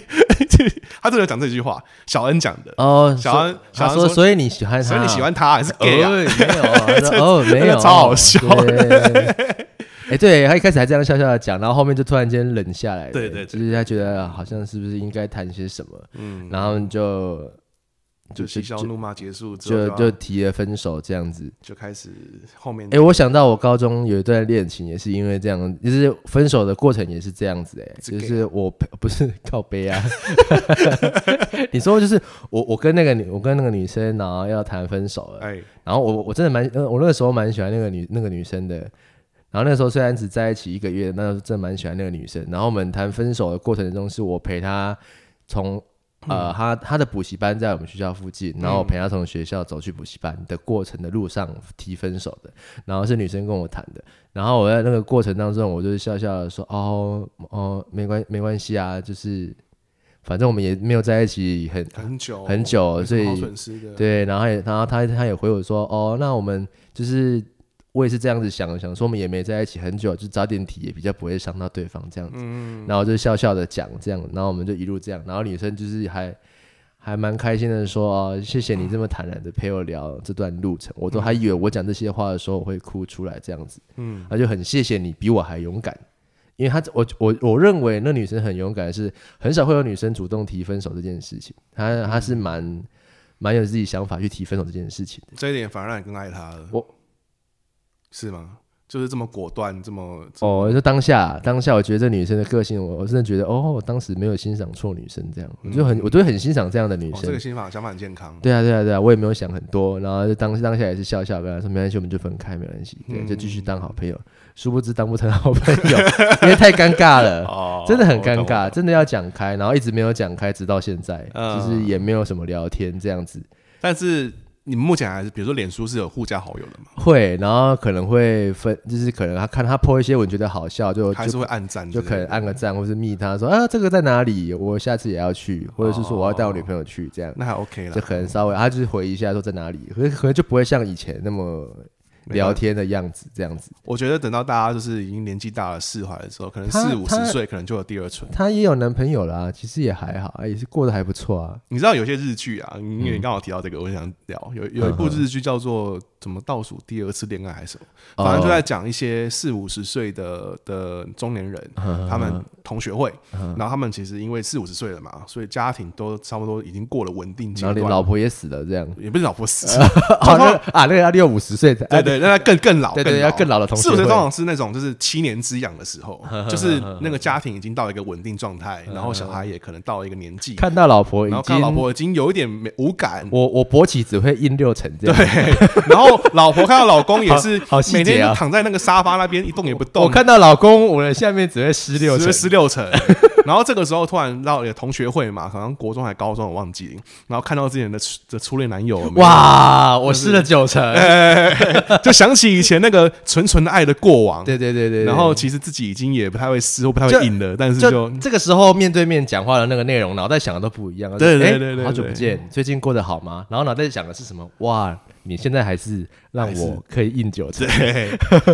Speaker 3: 他真的讲这句话，小恩讲的，
Speaker 2: 哦，
Speaker 3: 小
Speaker 2: 所
Speaker 3: 安小
Speaker 2: 他
Speaker 3: 安
Speaker 2: 说，
Speaker 3: 说
Speaker 2: 所以你喜欢他，
Speaker 3: 所以你喜欢他还是 gay 啊？
Speaker 2: 哦没有啊， 他说哦，没有，
Speaker 3: 超好笑
Speaker 2: 对。哎，对，他一开始还这样笑笑的讲，然后后面就突然间冷下来了，
Speaker 3: 对对对
Speaker 2: 就是他觉得好像是不是应该谈些什么，
Speaker 3: 嗯，
Speaker 2: 然后就
Speaker 3: 就嬉笑怒骂结束之
Speaker 2: 就
Speaker 3: 后
Speaker 2: 就
Speaker 3: 就要
Speaker 2: 提了分手这样子。
Speaker 3: 就开始后面
Speaker 2: 哎、我想到我高中有一段恋情，也是因为这样，就是分手的过程也是这样子、哎，
Speaker 3: 这个
Speaker 2: 就是我不是靠背啊， 你说就是我我跟那个女我跟那个女生，然后要谈分手了，
Speaker 3: 哎
Speaker 2: 然后我我真的蛮呃我那个时候蛮喜欢那个女那个女生的，然后那个时候虽然只在一起一个月，那时候真的蛮喜欢那个女生，然后我们谈分手的过程中，是我陪她从。呃，她她的补习班在我们学校附近，然后我陪她从学校走去补习班的过程的路上提分手的，然后是女生跟我谈的，然后我在那个过程当中，我就是笑笑的说，哦哦，没关没关系啊，就是反正我们也没有在一起很
Speaker 3: 很久
Speaker 2: 很久
Speaker 3: 有什
Speaker 2: 所以
Speaker 3: 么好损失的
Speaker 2: 对，啊然后也，然后他他也回我说，哦，那我们就是我也是这样子想，想说我们也没在一起很久，就早点提也比较不会伤到对方这样子。然后就笑笑的讲这样，然后我们就一路这样，然后女生就是还还蛮开心的说，哦，谢谢你这么坦然的陪我聊这段路程，我都还以为我讲这些话的时候我会哭出来这样子，嗯，他就很谢谢你比我还勇敢。因为她，我我我认为那女生很勇敢，是很少会有女生主动提分手这件事情。她她是蛮蛮有自己想法去提分手这件事情的。
Speaker 3: 这一点反而让你更爱他了，
Speaker 2: 我
Speaker 3: 是吗？就是这么果断，这么
Speaker 2: 哦，就当下当下，我觉得这女生的个性，我我真的觉得哦，我当时没有欣赏错女生，这样我就很我就很欣赏这样的女
Speaker 3: 嗯哦，这
Speaker 2: 生
Speaker 3: 个。想法想法很健康。
Speaker 2: 对啊，对啊，对啊，我也没有想很多，然后就当当下也是笑笑跟她说没关系，我们就分开，没关系，
Speaker 3: 嗯
Speaker 2: 对，就继续当好朋友。殊不知当不成好朋友， 因为太尴尬了。
Speaker 3: 哦
Speaker 2: 真的很尴。
Speaker 3: 我懂
Speaker 2: 尬，真的要讲开，然后一直没有讲开，直到现在，
Speaker 3: 嗯
Speaker 2: 就是也没有什么聊天这样子，
Speaker 3: 但是你们目前还是，比如说脸书是有互加好友的嘛，
Speaker 2: 会，然后可能会分，就是可能他看他 po 一些我觉得好笑，就
Speaker 3: 还是
Speaker 2: 就
Speaker 3: 会暗赞之
Speaker 2: 就
Speaker 3: 类的，
Speaker 2: 可能按个赞，或是密他说啊这个在哪里，我下次也要去，
Speaker 3: 哦
Speaker 2: 或者是说我要带我女朋友去这样，
Speaker 3: 那还 OK
Speaker 2: 就
Speaker 3: 了。
Speaker 2: 可能稍微他就是回一下说在哪里，可可能就不会像以前那么
Speaker 3: 没
Speaker 2: 聊
Speaker 3: 办法
Speaker 2: 天的样子这样子。
Speaker 3: 我觉得等到大家就是已经年纪大了释怀的时候，可能
Speaker 2: 他
Speaker 3: 四五
Speaker 2: 他
Speaker 3: 十岁可能就有第二春。
Speaker 2: 她也有男朋友啦，其实也还好，也是过得还不错啊。
Speaker 3: 你知道有些日剧啊，因
Speaker 2: 嗯
Speaker 3: 为你刚好提到这个，我想聊有有一部日剧叫做《怎么倒数第二次恋爱》还是什么，
Speaker 2: 哦
Speaker 3: 反正就在讲一些四五十岁的的中年人，
Speaker 2: 嗯
Speaker 3: 他们同学会，然后他们其实因为四五十岁了嘛，所以家庭都差不多已经过了稳定阶
Speaker 2: 然后连
Speaker 3: 段，
Speaker 2: 老婆也死了这 样，
Speaker 3: 也不是老婆死，
Speaker 2: 哦，那个 啊，那个要六五十岁才 哎
Speaker 3: 对对，那更更老，
Speaker 2: 对对，
Speaker 3: 老
Speaker 2: 要更老的同学
Speaker 3: 四五
Speaker 2: 会
Speaker 3: 岁通常是那种就是七年之痒的时候，就是那个家庭已经到一个稳定状态，然后小孩也可能到了一个年纪，
Speaker 2: 看到老婆已
Speaker 3: 然
Speaker 2: 经
Speaker 3: 后，看到老婆已经有一点没无感，
Speaker 2: 我我勃起只会硬六成这样。对，
Speaker 3: 然后老婆看到老公也是
Speaker 2: 好好细节啊
Speaker 3: 每天就躺在那个沙发那边一动也不 动，
Speaker 2: 我看到老公，我的下面只会湿六
Speaker 3: 只
Speaker 2: 成
Speaker 3: 是。十六层。 然后这个时候突然到有同学会嘛，好像国中还高中我忘记，然后看到之前的初的初恋男友，有没有，
Speaker 2: 哇，我湿了九成。
Speaker 3: 就想起以前那个纯纯的爱的过往。
Speaker 2: 对对对对对。
Speaker 3: 然后其实自己已经也不太会湿或不太
Speaker 2: 就
Speaker 3: 会硬了，但是
Speaker 2: 就
Speaker 3: 就
Speaker 2: 这个时候面对面讲话的那个内容，脑袋想的都不一样。
Speaker 3: 对对
Speaker 2: 哎
Speaker 3: 对对
Speaker 2: 好久不
Speaker 3: 对
Speaker 2: 见，最近过得好吗？然后脑袋想的是什么？哇，你现在还是让
Speaker 3: 还是
Speaker 2: 我可以硬九成。
Speaker 3: 对，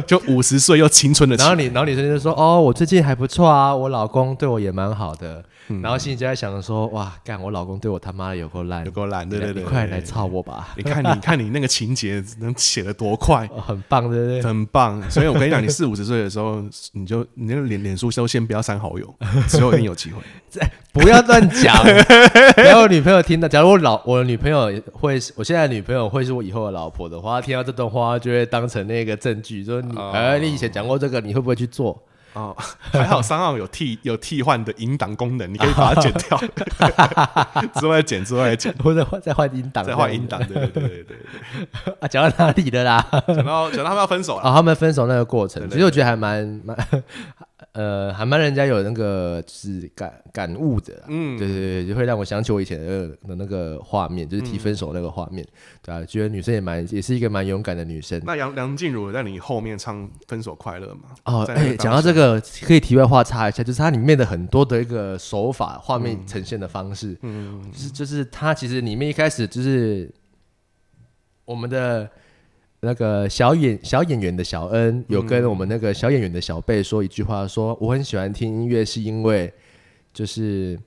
Speaker 3: 就五十岁又青春的 起
Speaker 2: 然后你，然后女生就说：“哦，我最近还不错啊，我老公对我也蛮好的。
Speaker 3: 嗯
Speaker 2: 然后心里就在想说：“哇，干，我老公对我他妈的有够烂，
Speaker 3: 有够懒，
Speaker 2: 你
Speaker 3: 对
Speaker 2: 来
Speaker 3: 对对，
Speaker 2: 你快
Speaker 3: 对
Speaker 2: 来！操我吧，
Speaker 3: 你看你你看你那个情节能写的多快，
Speaker 2: 哦很棒，对不对？”
Speaker 3: 很棒。所以我跟你讲，你四五十岁的时候，你就你那个脸脸书都先不要删好友， 只有一定有机会。
Speaker 2: 不要乱讲，不要我女朋友听到。假如我老我的女朋友会，我现在的女朋友会是我以后的老婆的话，她听到这段话她就会当成那个证据，说你
Speaker 3: 哦
Speaker 2: 哎、你以前讲过这个，你会不会去做？
Speaker 3: 哦， 还好三号有替有替换的引导功能，你可以把它剪掉，之后再剪，之后再剪，
Speaker 2: 或者换再换音档，
Speaker 3: 再换引导。对对对对对对。
Speaker 2: 啊？讲到哪里了 啦？
Speaker 3: 讲到讲到他们要分手了，
Speaker 2: 啊，他们分手那个过程，
Speaker 3: 对对
Speaker 2: 其实我觉得还蛮 蛮，呃，还蛮人家有那个就是感感悟的啦。
Speaker 3: 嗯
Speaker 2: 对对对，就会让我想起我以前的那个的那个画面，就是提分手那个画面，对啊，觉得女生也蛮也是一个蛮勇敢的女生。
Speaker 3: 那杨梁静茹有在你后面唱《分手快乐》吗？
Speaker 2: 哦，
Speaker 3: 在那
Speaker 2: 哎，
Speaker 3: 当
Speaker 2: 讲到
Speaker 3: 时
Speaker 2: 这个，可以题外话插一下，就是它里面的很多的一个手法、画面呈现的方式，嗯，就是就是它其实里面一开始就是我们的那个小演小演员的小恩有跟我们那个小演员的小贝说一句话说，我很喜欢听音乐，是因为就是。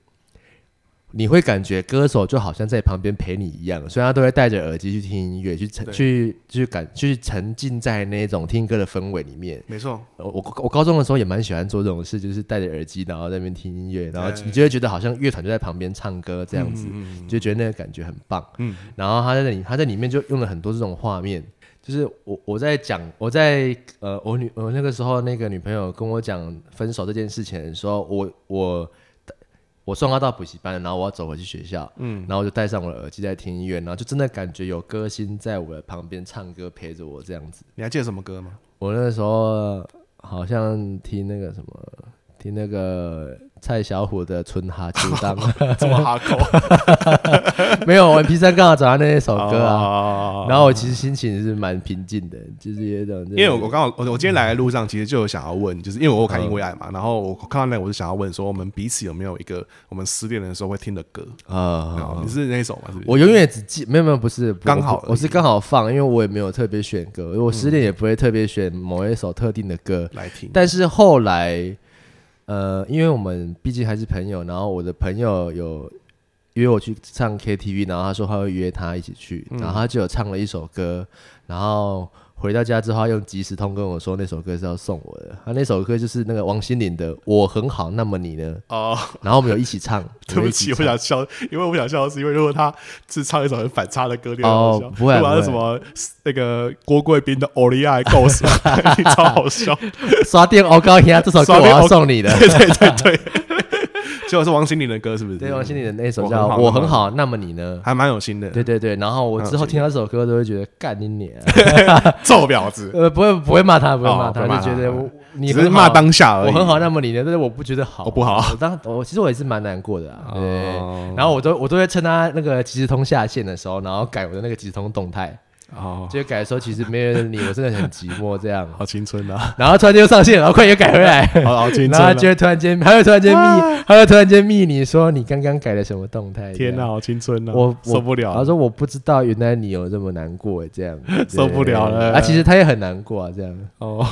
Speaker 2: 你会感觉歌手就好像在旁边陪你一样，所以他都会戴着耳机去听音乐，去沉
Speaker 3: 对
Speaker 2: 去去感去沉浸在那种听歌的氛围里面。
Speaker 3: 没错，
Speaker 2: 呃我我高中的时候也蛮喜欢做这种事，就是戴着耳机，然后在那边听音乐，然后
Speaker 3: 对
Speaker 2: 你就会觉得好像乐团就在旁边唱歌这样子，
Speaker 3: 哎嗯
Speaker 2: 就觉得那个感觉很棒。
Speaker 3: 嗯
Speaker 2: 然后他在那里，他在里面就用了很多这种画面，就是我我在讲我在呃我女我那个时候那个女朋友跟我讲分手这件事情的时候，我我我送她到补习班，然后我要走回去学校，
Speaker 3: 嗯
Speaker 2: 然后我就戴上我的耳机在听音乐，然后就真的感觉有歌星在我的旁边唱歌陪着我这样子。
Speaker 3: 你还记得什么歌吗？
Speaker 2: 我那时候好像听那个什么，听那个蔡小虎的《春哈秋当》，
Speaker 3: 这么哈口
Speaker 2: 没有，我 P 三刚好找到那一首歌啊。
Speaker 3: 啊
Speaker 2: 然后我其实心情是蛮平静的，就是有一种，
Speaker 3: 因为我我刚好我我今天来的路上，其实就有想要问，就是因为我有看《因为爱》嘛，
Speaker 2: 嗯
Speaker 3: 然后我看到那个我就想要问说，我们彼此有没有一个我们失恋的时候会听的歌？然后
Speaker 2: 啊
Speaker 3: 你，是那一首吗？是不是
Speaker 2: 我永远只记没有没有不是不
Speaker 3: 刚好嗯
Speaker 2: 我不我是刚好放，因为我也没有特别选歌，我失恋也不会特别选某一首特定的歌，
Speaker 3: 来听，
Speaker 2: 但是后来，呃，因为我们毕竟还是朋友，然后我的朋友有约我去嗯唱 KTV，然后他说他会约他一起去，然后他就有唱了一首歌，然后回到家之后，他用即时通跟我说那首歌是要送我的。他那首歌就是那个王心凌的《我很好，那么你 呢》。
Speaker 3: 哦，
Speaker 2: 然后我们有一起 唱，
Speaker 3: 对
Speaker 2: 们
Speaker 3: 不
Speaker 2: 一起
Speaker 3: 起，我
Speaker 2: 唱
Speaker 3: 想笑，因为我想笑的是因为如果他是唱一首很反差的歌，你会
Speaker 2: 哦
Speaker 3: 好笑。
Speaker 2: 不会啊
Speaker 3: 如果他是什
Speaker 2: 不
Speaker 3: 么那个郭贵宾的《欧利亚 Ghost》，你 超好笑。
Speaker 2: 刷电熬高压 这首歌
Speaker 3: 刷
Speaker 2: 我
Speaker 3: 电
Speaker 2: 要
Speaker 3: 熬
Speaker 2: 送你的。
Speaker 3: 对对对对，结果是王心凌的歌，是不是？
Speaker 2: 对，王心凌的那首
Speaker 3: 我
Speaker 2: 叫
Speaker 3: 很好
Speaker 2: 《我很好，那么你呢》。
Speaker 3: 还蛮有心的。
Speaker 2: 对对对，然后我之后
Speaker 3: 嗯
Speaker 2: 听到这首歌都会觉得干你娘，
Speaker 3: 臭婊子，
Speaker 2: 呃，不会不会骂他，不会
Speaker 3: 哦
Speaker 2: 骂他，
Speaker 3: 不会骂
Speaker 2: 就觉
Speaker 3: 他
Speaker 2: 得我 你
Speaker 3: 只
Speaker 2: 很
Speaker 3: 是骂
Speaker 2: 好
Speaker 3: 当下而已。
Speaker 2: 我很好，那么你呢？但是我不觉得好，
Speaker 3: 哦不好
Speaker 2: 我当我其实我也是蛮难过的啊。对
Speaker 3: 哦，
Speaker 2: 然后我都我都会趁他那个即时通下线的时候，然后改我的那个即时通动态，
Speaker 3: 哦，
Speaker 2: 就改说其实没人理我，真的很寂寞这样。
Speaker 3: 好青春啊，
Speaker 2: 然后突然间又上线，然后快点改回来，
Speaker 3: 好好青
Speaker 2: 然
Speaker 3: 春
Speaker 2: 后他就
Speaker 3: 啊！
Speaker 2: 会突然间，他会突然间密，他会突然间密你说你刚刚改了什么动态？
Speaker 3: 天
Speaker 2: 哪
Speaker 3: 哪，！好青春啊！
Speaker 2: 我我
Speaker 3: 受不
Speaker 2: 他
Speaker 3: 了，
Speaker 2: 说我不知道，原来你有这么难过，这样
Speaker 3: 受不了了
Speaker 2: 对啊，其实他也很难过啊，这样。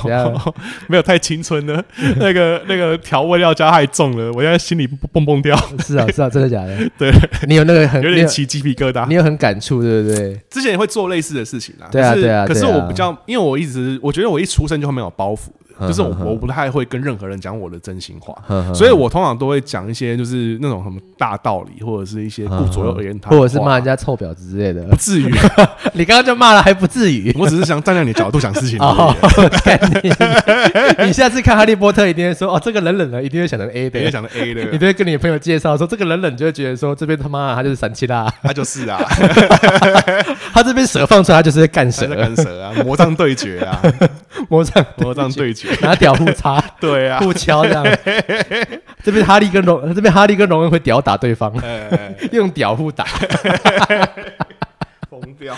Speaker 2: 怎样
Speaker 3: 哦， 没有太青春 了，那个那个调味料加太重了，我现在心里蹦蹦 跳，
Speaker 2: 是啊，是啊，真的假的？
Speaker 3: 对，
Speaker 2: 你有那个很
Speaker 3: 有
Speaker 2: 你
Speaker 3: 点起鸡皮疙瘩
Speaker 2: 你。有很感触，对不对？
Speaker 3: 之前也会做类似的事情啊，
Speaker 2: 对啊
Speaker 3: 可是
Speaker 2: 对啊
Speaker 3: 可是
Speaker 2: 对啊
Speaker 3: 我比较，因为我一直我觉得我一出生就没有包袱的， 就是我
Speaker 2: 嗯嗯嗯嗯
Speaker 3: 我不太会跟任何人讲我的真心话，
Speaker 2: 呵呵
Speaker 3: 所以我通常都会讲一些就是那种什么大道理，或者是一些顾左右而言
Speaker 2: 嗯
Speaker 3: 他，
Speaker 2: 或者是骂人，家臭婊子之 类的。
Speaker 3: 不至于，
Speaker 2: 你刚刚就骂了，还不至于。
Speaker 3: 我只是想站在你的角度想 事情而
Speaker 2: 哦
Speaker 3: 已。，
Speaker 2: 干你！ 你下次看《哈利波特》一定会说哦，这个冷冷的，一定会想成 A
Speaker 3: 等一下
Speaker 2: 的。
Speaker 3: 讲的 A
Speaker 2: 你
Speaker 3: 的，
Speaker 2: 都会跟你朋友介绍说，这个冷冷就会觉得说，这边他妈的他就是三七啦，
Speaker 3: 他就是啊，
Speaker 2: 他这边蛇放出来他就是在干
Speaker 3: 他在
Speaker 2: 蛇，
Speaker 3: 干蛇啊，魔杖对决 啊，
Speaker 2: 魔杖
Speaker 3: 魔杖对决，
Speaker 2: 拿屌互 插
Speaker 3: 对啊，
Speaker 2: 互敲这样。 这边哈利跟荣，这边哈利跟荣恩会屌打对方，
Speaker 3: 哎
Speaker 2: 用屌互打。
Speaker 3: 疯掉。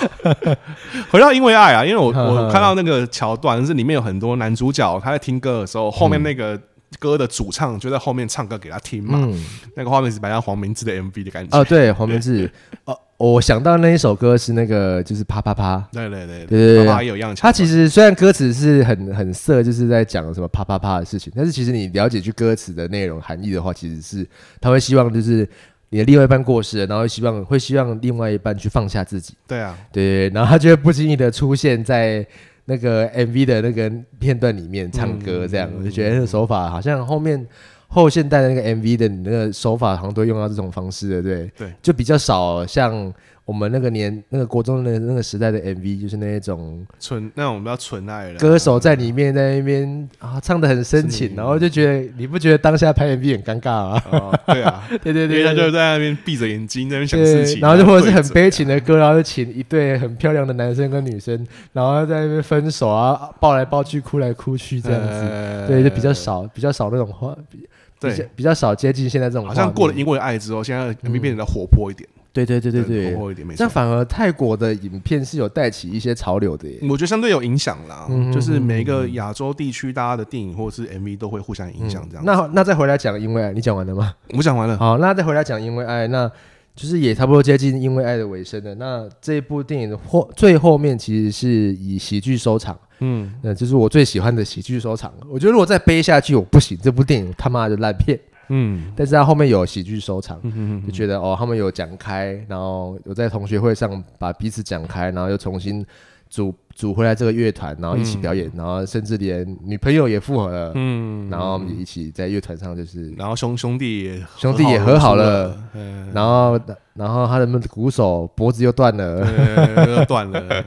Speaker 3: 回到因为爱啊，因为 我
Speaker 2: 呵呵
Speaker 3: 我看到那个桥段是里面有很多男主角他在听歌的时候，后面那个歌的主唱就在后面唱歌给他听嘛，
Speaker 2: 嗯，
Speaker 3: 那个画面是蛮像黄明志的 MV 的感觉。
Speaker 2: 哦，对，黄明志， 哦，我想到那一首歌是那个就是啪啪啪，
Speaker 3: 对对
Speaker 2: 对
Speaker 3: 对
Speaker 2: 对
Speaker 3: 爸爸也有一样的桥
Speaker 2: 他
Speaker 3: 段。
Speaker 2: 其实虽然歌词是很很色，就是在讲什么啪啪啪的事情，但是其实你了解句歌词的内容含义的话，其实是他会希望就是你的另外一半过世了，然后希望会希望另外一半去放下自己，
Speaker 3: 对啊，
Speaker 2: 对，然后他就会不经意的出现在那个 MV 的那个片段里面唱歌，这样、我就觉得那个手法好像后面后现代的那个 MV 的你那个手法好像都用到这种方式的，对
Speaker 3: 对，
Speaker 2: 就比较少像。我们那个年、那个国中的那个时代的 MV，就是那一种
Speaker 3: 纯那种比较纯爱的
Speaker 2: 歌手在里面在那边啊唱的很深情，然后就觉得你不觉得当下拍 MV 很尴尬吗？
Speaker 3: 哦，对啊，
Speaker 2: 对对
Speaker 3: 因
Speaker 2: 对，
Speaker 3: 为他
Speaker 2: 对
Speaker 3: 就在那边闭着眼睛在那边想事
Speaker 2: 对，
Speaker 3: 情，
Speaker 2: 然后就或者是
Speaker 3: 对
Speaker 2: 很
Speaker 3: 着
Speaker 2: 悲情的歌，然后就请一对很漂亮的男生跟女生，然后在那边分手啊，抱来抱去，哭来哭去这样子。
Speaker 3: 呃
Speaker 2: 对，就比较少，比较少那种画，比比较
Speaker 3: 对。
Speaker 2: 比较少接近现在这种画
Speaker 3: 好
Speaker 2: 面。
Speaker 3: 像过了因为爱之后，现在 MV 变得活泼一点，
Speaker 2: 对对对对对
Speaker 3: 活，泼一点，没
Speaker 2: 这
Speaker 3: 错
Speaker 2: 样。反而泰国的影片是有带起一些潮流的耶。
Speaker 3: 我觉得相对有影响啦，
Speaker 2: 嗯
Speaker 3: 就是每一个亚洲地区，大家的电影或者是 MV 都会互相影响这
Speaker 2: 嗯
Speaker 3: 样。嗯
Speaker 2: 那那再回来讲，因为爱你讲完了吗？
Speaker 3: 我讲完了，
Speaker 2: 好，那再回来讲《因为爱》，那就是也差不多接近《因为爱》的尾声了。那这一部电影的后最后面其实是以喜剧收场，
Speaker 3: 嗯，
Speaker 2: 那就是我最喜欢的喜剧收场。我觉得如果再悲下去，我不行，这部电影他妈的烂片。
Speaker 3: 嗯
Speaker 2: 但是它后面有喜剧收场，
Speaker 3: 嗯
Speaker 2: 就觉得哦，他们有讲开，然后有在同学会上把彼此讲开，然后又重新组组回来这个乐团，然后一起表演，然后甚至连女朋友也复合了，
Speaker 3: 嗯，
Speaker 2: 然后我们也一起在乐团上就是
Speaker 3: 然后兄兄弟也
Speaker 2: 兄弟也和好了
Speaker 3: 和好如初了，
Speaker 2: 然后，然后他的鼓手脖子又断了，
Speaker 3: 呃， 又断了，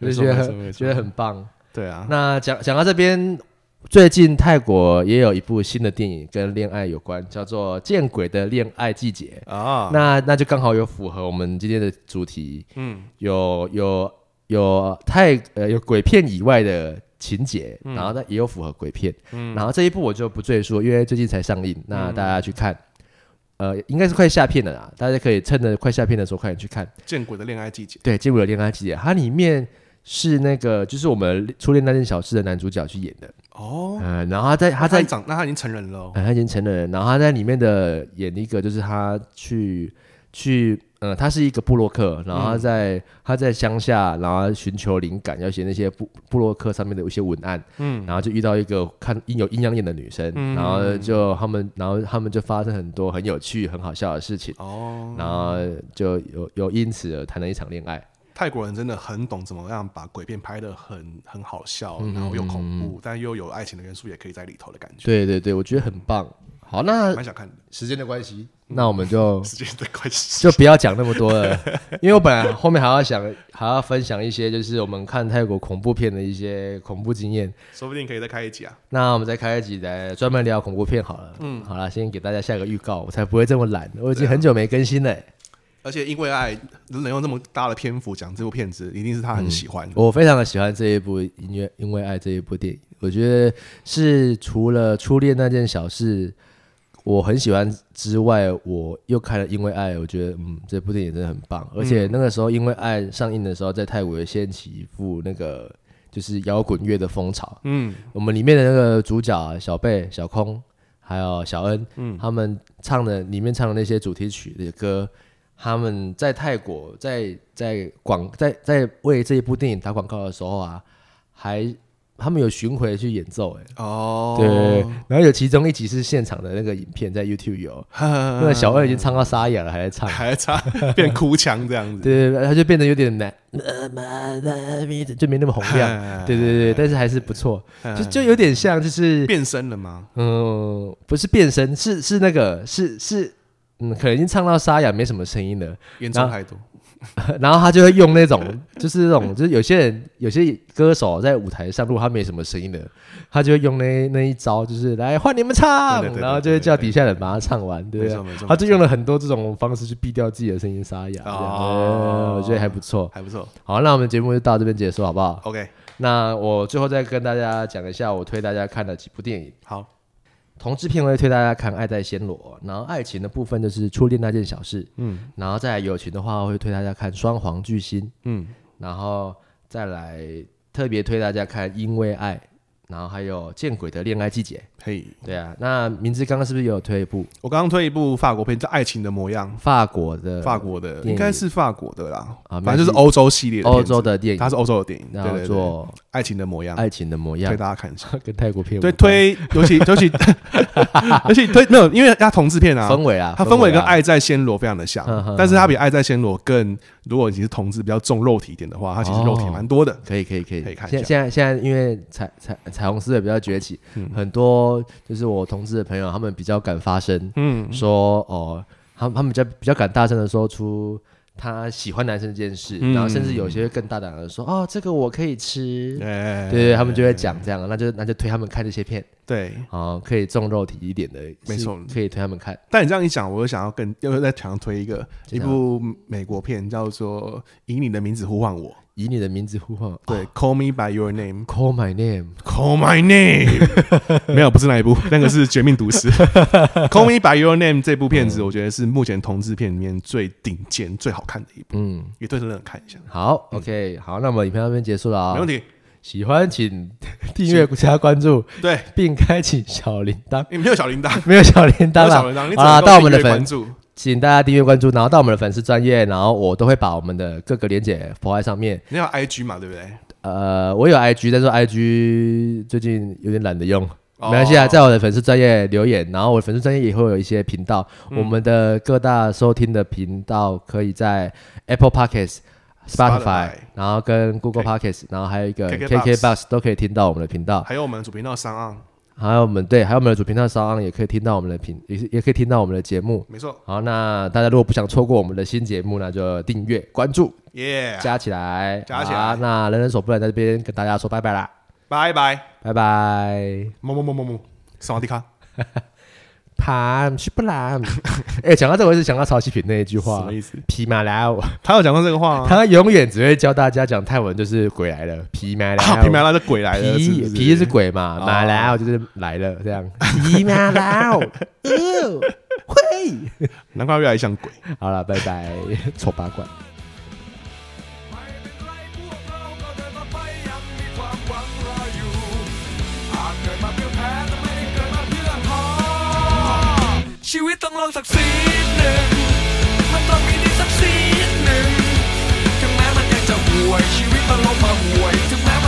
Speaker 2: 我就觉得
Speaker 3: 没错没错没
Speaker 2: 很
Speaker 3: 错
Speaker 2: 觉得很棒。
Speaker 3: 对啊，
Speaker 2: 那讲讲到这边，最近泰国也有一部新的电影跟恋爱有关，叫做《见鬼的恋爱季节》。
Speaker 3: 啊，
Speaker 2: 那那就刚好有符合我们今天的主题，
Speaker 3: 嗯
Speaker 2: 有有有泰呃有鬼片以外的情节，
Speaker 3: 嗯
Speaker 2: 然后呢也有符合鬼片，然后这一部我就不赘述，因为最近才上映，那
Speaker 3: 嗯
Speaker 2: 大家去看，呃，应该是快下片了啦，大家可以趁着快下片的时候快点去看。
Speaker 3: 见鬼的恋爱季节，
Speaker 2: 对，《街舞的恋爱季节》，它里面是那个就是我们《初恋那件小事》的男主角去演的，
Speaker 3: 哦，
Speaker 2: 嗯、然后他在他
Speaker 3: 他
Speaker 2: 在、
Speaker 3: 长，那他已经成人了哦，
Speaker 2: 呃他已经成人了，然后他在里面的演一个就是他去去呃，他是一个布洛克，然后他在、他在乡下，然后寻求灵感，要写那些布布洛克上面的一些文案，嗯，然后就遇到一个看阴有阴阳眼的女生，然后就他们然后他们就发生很多很有趣很好笑的事情，
Speaker 3: 哦，
Speaker 2: 然后就有有因此而谈了一场恋爱。
Speaker 3: 泰国人真的很懂怎么样把鬼片拍的很很好笑，
Speaker 2: 嗯
Speaker 3: 然后又恐怖，但又有爱情的元素也可以在里头的感觉，
Speaker 2: 对对对，我觉得很棒。好，那
Speaker 3: 蛮想看的。
Speaker 2: 时间的关系，那我们就
Speaker 3: 时间的关系
Speaker 2: 就，不要讲那么多了，因为我本来后面还要想还要分享一些，就是我们看泰国恐怖片的一些恐怖经验。
Speaker 3: 说不定可以再开一集啊。
Speaker 2: 那我们再开一集来专门聊恐怖片好了。嗯，好了，先给大家下个预告，我才不会这么懒。我已经很久没更新了欸、
Speaker 3: 而且因为爱能用那么大的篇幅讲这部片子，一定是
Speaker 2: 嗯
Speaker 3: 他很喜欢的。
Speaker 2: 我非常的喜欢这一部《因为因为爱》这一部电影，我觉得是除了初恋那件小事我很喜欢之外，我又看了《因为爱》，我觉得嗯，这部电影真的很棒。而且那个时候《因为爱》上映的时候，在泰国也掀起一副那个就是摇滚乐的风潮。
Speaker 3: 嗯，
Speaker 2: 我们里面的那个主角啊小贝、小空还有小恩，他们唱的里面唱的那些主题曲的歌，他们在泰国在在广在在为这一部电影打广告的时候啊，还他们有巡回去演奏、欸，哎、
Speaker 3: 哦，
Speaker 2: 对，然后有其中一集是现场的那个影片在 YouTube 有，那个小恩已经唱到沙哑了，还在 唱。
Speaker 3: 还差变哭腔这样子。
Speaker 2: 对，他就变得有点呃难，就没那么洪亮。对对对，但是还是不错，就就有点像就是
Speaker 3: 变身了吗？
Speaker 2: 嗯，不是变声，是是那个是是，嗯，可能已经唱到沙哑，没什么声音了。
Speaker 3: 严重太多。
Speaker 2: 然后他就会用那种，就是那种，就是有些人有些歌手在舞台上，如果他没什么声音的，他就会用那那一招，就是来换你们唱，
Speaker 3: 对对对对
Speaker 2: 然后就会叫底下人把它唱完，对不
Speaker 3: 没
Speaker 2: 对
Speaker 3: 错没？错
Speaker 2: 他就用了很多这种方式去避掉自己的声音沙哑，这样
Speaker 3: 哦
Speaker 2: 对我觉得还不错。
Speaker 3: 还不错。
Speaker 2: 好，那我们节目就到这边结束，好不好？
Speaker 3: OK，
Speaker 2: 那我最后再跟大家讲一下，我推大家看的几部电影。
Speaker 3: 好，
Speaker 2: 同志片我会推大家看《爱在暹罗》，然后爱情的部分就是《初恋那件小事》，
Speaker 3: 嗯
Speaker 2: 然后再来友情的话，我会推大家看《双黄巨星》，
Speaker 3: 嗯，
Speaker 2: 然后再来特别推大家看《因为爱》，然后还有《见鬼的恋爱季节
Speaker 3: 嘿，》。
Speaker 2: 对啊，那明志刚刚是不是也有推一部
Speaker 3: 我刚刚推一部法国片叫《爱情的模样
Speaker 2: 法国的》，
Speaker 3: 法国的
Speaker 2: 呃电影
Speaker 3: 应该是法国的啦，
Speaker 2: 啊没关
Speaker 3: 反正
Speaker 2: 系
Speaker 3: 就是欧洲系列的片
Speaker 2: 欧
Speaker 3: 子，
Speaker 2: 洲的电
Speaker 3: 它
Speaker 2: 影，
Speaker 3: 是欧洲的电影，对
Speaker 2: 然后
Speaker 3: 对对，《
Speaker 2: 做
Speaker 3: 爱情的模样》
Speaker 2: 《爱情的模样
Speaker 3: 推》，大家看一下。
Speaker 2: 跟泰国片
Speaker 3: 对，
Speaker 2: 无关
Speaker 3: 推 尤其尤其 尤其推没有，因为它同志片啊，
Speaker 2: 氛围啊，嗯
Speaker 3: 它氛围跟《
Speaker 2: 啊
Speaker 3: 爱在暹罗》非常的像
Speaker 2: 哼哼，
Speaker 3: 但是它比《爱在暹罗》更，如果你是同志比较重肉体一点的话，它其实
Speaker 2: 哦
Speaker 3: 肉体蛮多的。
Speaker 2: 可以可以可以，
Speaker 3: 可以看一
Speaker 2: 现在现在
Speaker 3: 下
Speaker 2: 现在因为彩彩彩虹色比较崛起，
Speaker 3: 嗯
Speaker 2: 很多就是我同志的朋友，他们比较敢发声，
Speaker 3: 嗯，
Speaker 2: 说哦，他们他们比较比较敢大声的说出他喜欢男生这件事，
Speaker 3: 嗯
Speaker 2: 然后甚至有些更大胆的说哦，这个我可以吃，
Speaker 3: 哎
Speaker 2: 对对，对他们就会讲这样，那就那就推他们看这些片
Speaker 3: 对。
Speaker 2: 啊、哦，可以重肉体一点的，
Speaker 3: 没错
Speaker 2: 是可以推他们看。
Speaker 3: 但你这样一讲，我又想要更又在墙上推一个
Speaker 2: 这
Speaker 3: 一
Speaker 2: 样
Speaker 3: 部美国片，叫做《以你的名字呼唤我》。
Speaker 2: 以你的名字呼唤我，
Speaker 3: 对、c a l l Me by Your Name，Call
Speaker 2: c a l l my name，
Speaker 3: My Name。没 有，不是那一部，那个是《绝命毒师》。Call Me by Your Name 这部片
Speaker 2: 嗯
Speaker 3: 子，我觉得是目前同志片里面最顶尖、最好看的一部，
Speaker 2: 嗯，
Speaker 3: 也推荐人看一下，
Speaker 2: 好，OK，好，那么影片到这边结束了啊、
Speaker 3: 嗯没问题。
Speaker 2: 喜欢请 订阅加关注，
Speaker 3: 对，
Speaker 2: 并开启小铃铛。
Speaker 3: 你没有小铃铛，
Speaker 2: 没有小铃
Speaker 3: 没
Speaker 2: 铛
Speaker 3: 有小铃
Speaker 2: 啦
Speaker 3: 铛，你
Speaker 2: 好啦，
Speaker 3: 只能够
Speaker 2: 啊到我们的
Speaker 3: 订阅
Speaker 2: 粉
Speaker 3: 关，注。
Speaker 2: 请大家订阅关注，然后到我们的粉丝专业，然后我都会把我们的各个连接抛在上面。
Speaker 3: 你有 IG 嘛？对不对？
Speaker 2: 呃，我有 IG，但是 IG 最近有点懒得用。没
Speaker 3: 哦
Speaker 2: 关系啊，在我的粉丝专业留言，然后我的粉丝专业也会有一些频道，
Speaker 3: 嗯
Speaker 2: 我们的各大收听的频道可以在 Apple Podcasts、Spotify，
Speaker 3: Spotify
Speaker 2: 然后跟 Google Podcasts，然后还有一个
Speaker 3: KKBOX
Speaker 2: KKBox 都可以听到我们的频道。
Speaker 3: 还有我们主频道上岸，
Speaker 2: 还有我们对，还有我们的主频道商也可以听到我们的频，也是也可以听到我们的节目。
Speaker 3: 没错，
Speaker 2: 好，那大家如果不想错过我们的新节目，那就订阅、关注、
Speaker 3: 耶、
Speaker 2: 加起来，
Speaker 3: 加起来
Speaker 2: 好那人人手不能在这边跟大家说拜拜啦，
Speaker 3: 拜拜，
Speaker 2: 拜拜。
Speaker 3: 么么么么么，萨瓦迪卡。
Speaker 2: 盘是不然， 哎、讲到这，我一直想到曹希平那一句话，
Speaker 3: 什么意思？
Speaker 2: 皮马来欧，
Speaker 3: 他有讲过这个话吗？
Speaker 2: 他永远只会教大家讲泰文，就是鬼来了，皮马来
Speaker 3: 啊，
Speaker 2: 欧，
Speaker 3: 平白来的鬼来了，是不
Speaker 2: 皮
Speaker 3: 是
Speaker 2: 皮是鬼嘛，
Speaker 3: 哦
Speaker 2: 马来欧就是来了这 样，皮马来 欧，哦会。
Speaker 3: 难怪越来越像鬼。
Speaker 2: 好了，拜拜，丑八怪。
Speaker 1: ไม่เป็นไรพวกเราก็เดินต่อไปยังมีความหวังรออยู่ อาจเกิดมาเพื่อแพ้แต่ไม่ได้เกิดมาเพื่อท้อชีวิตต้องลองสักสีดหนึ่ง มันต้องมีดีสักสีดหนึ่ง ถึงแม้มันยังจะห่วยชีวิตมันลงมาห่วย ถึงแม้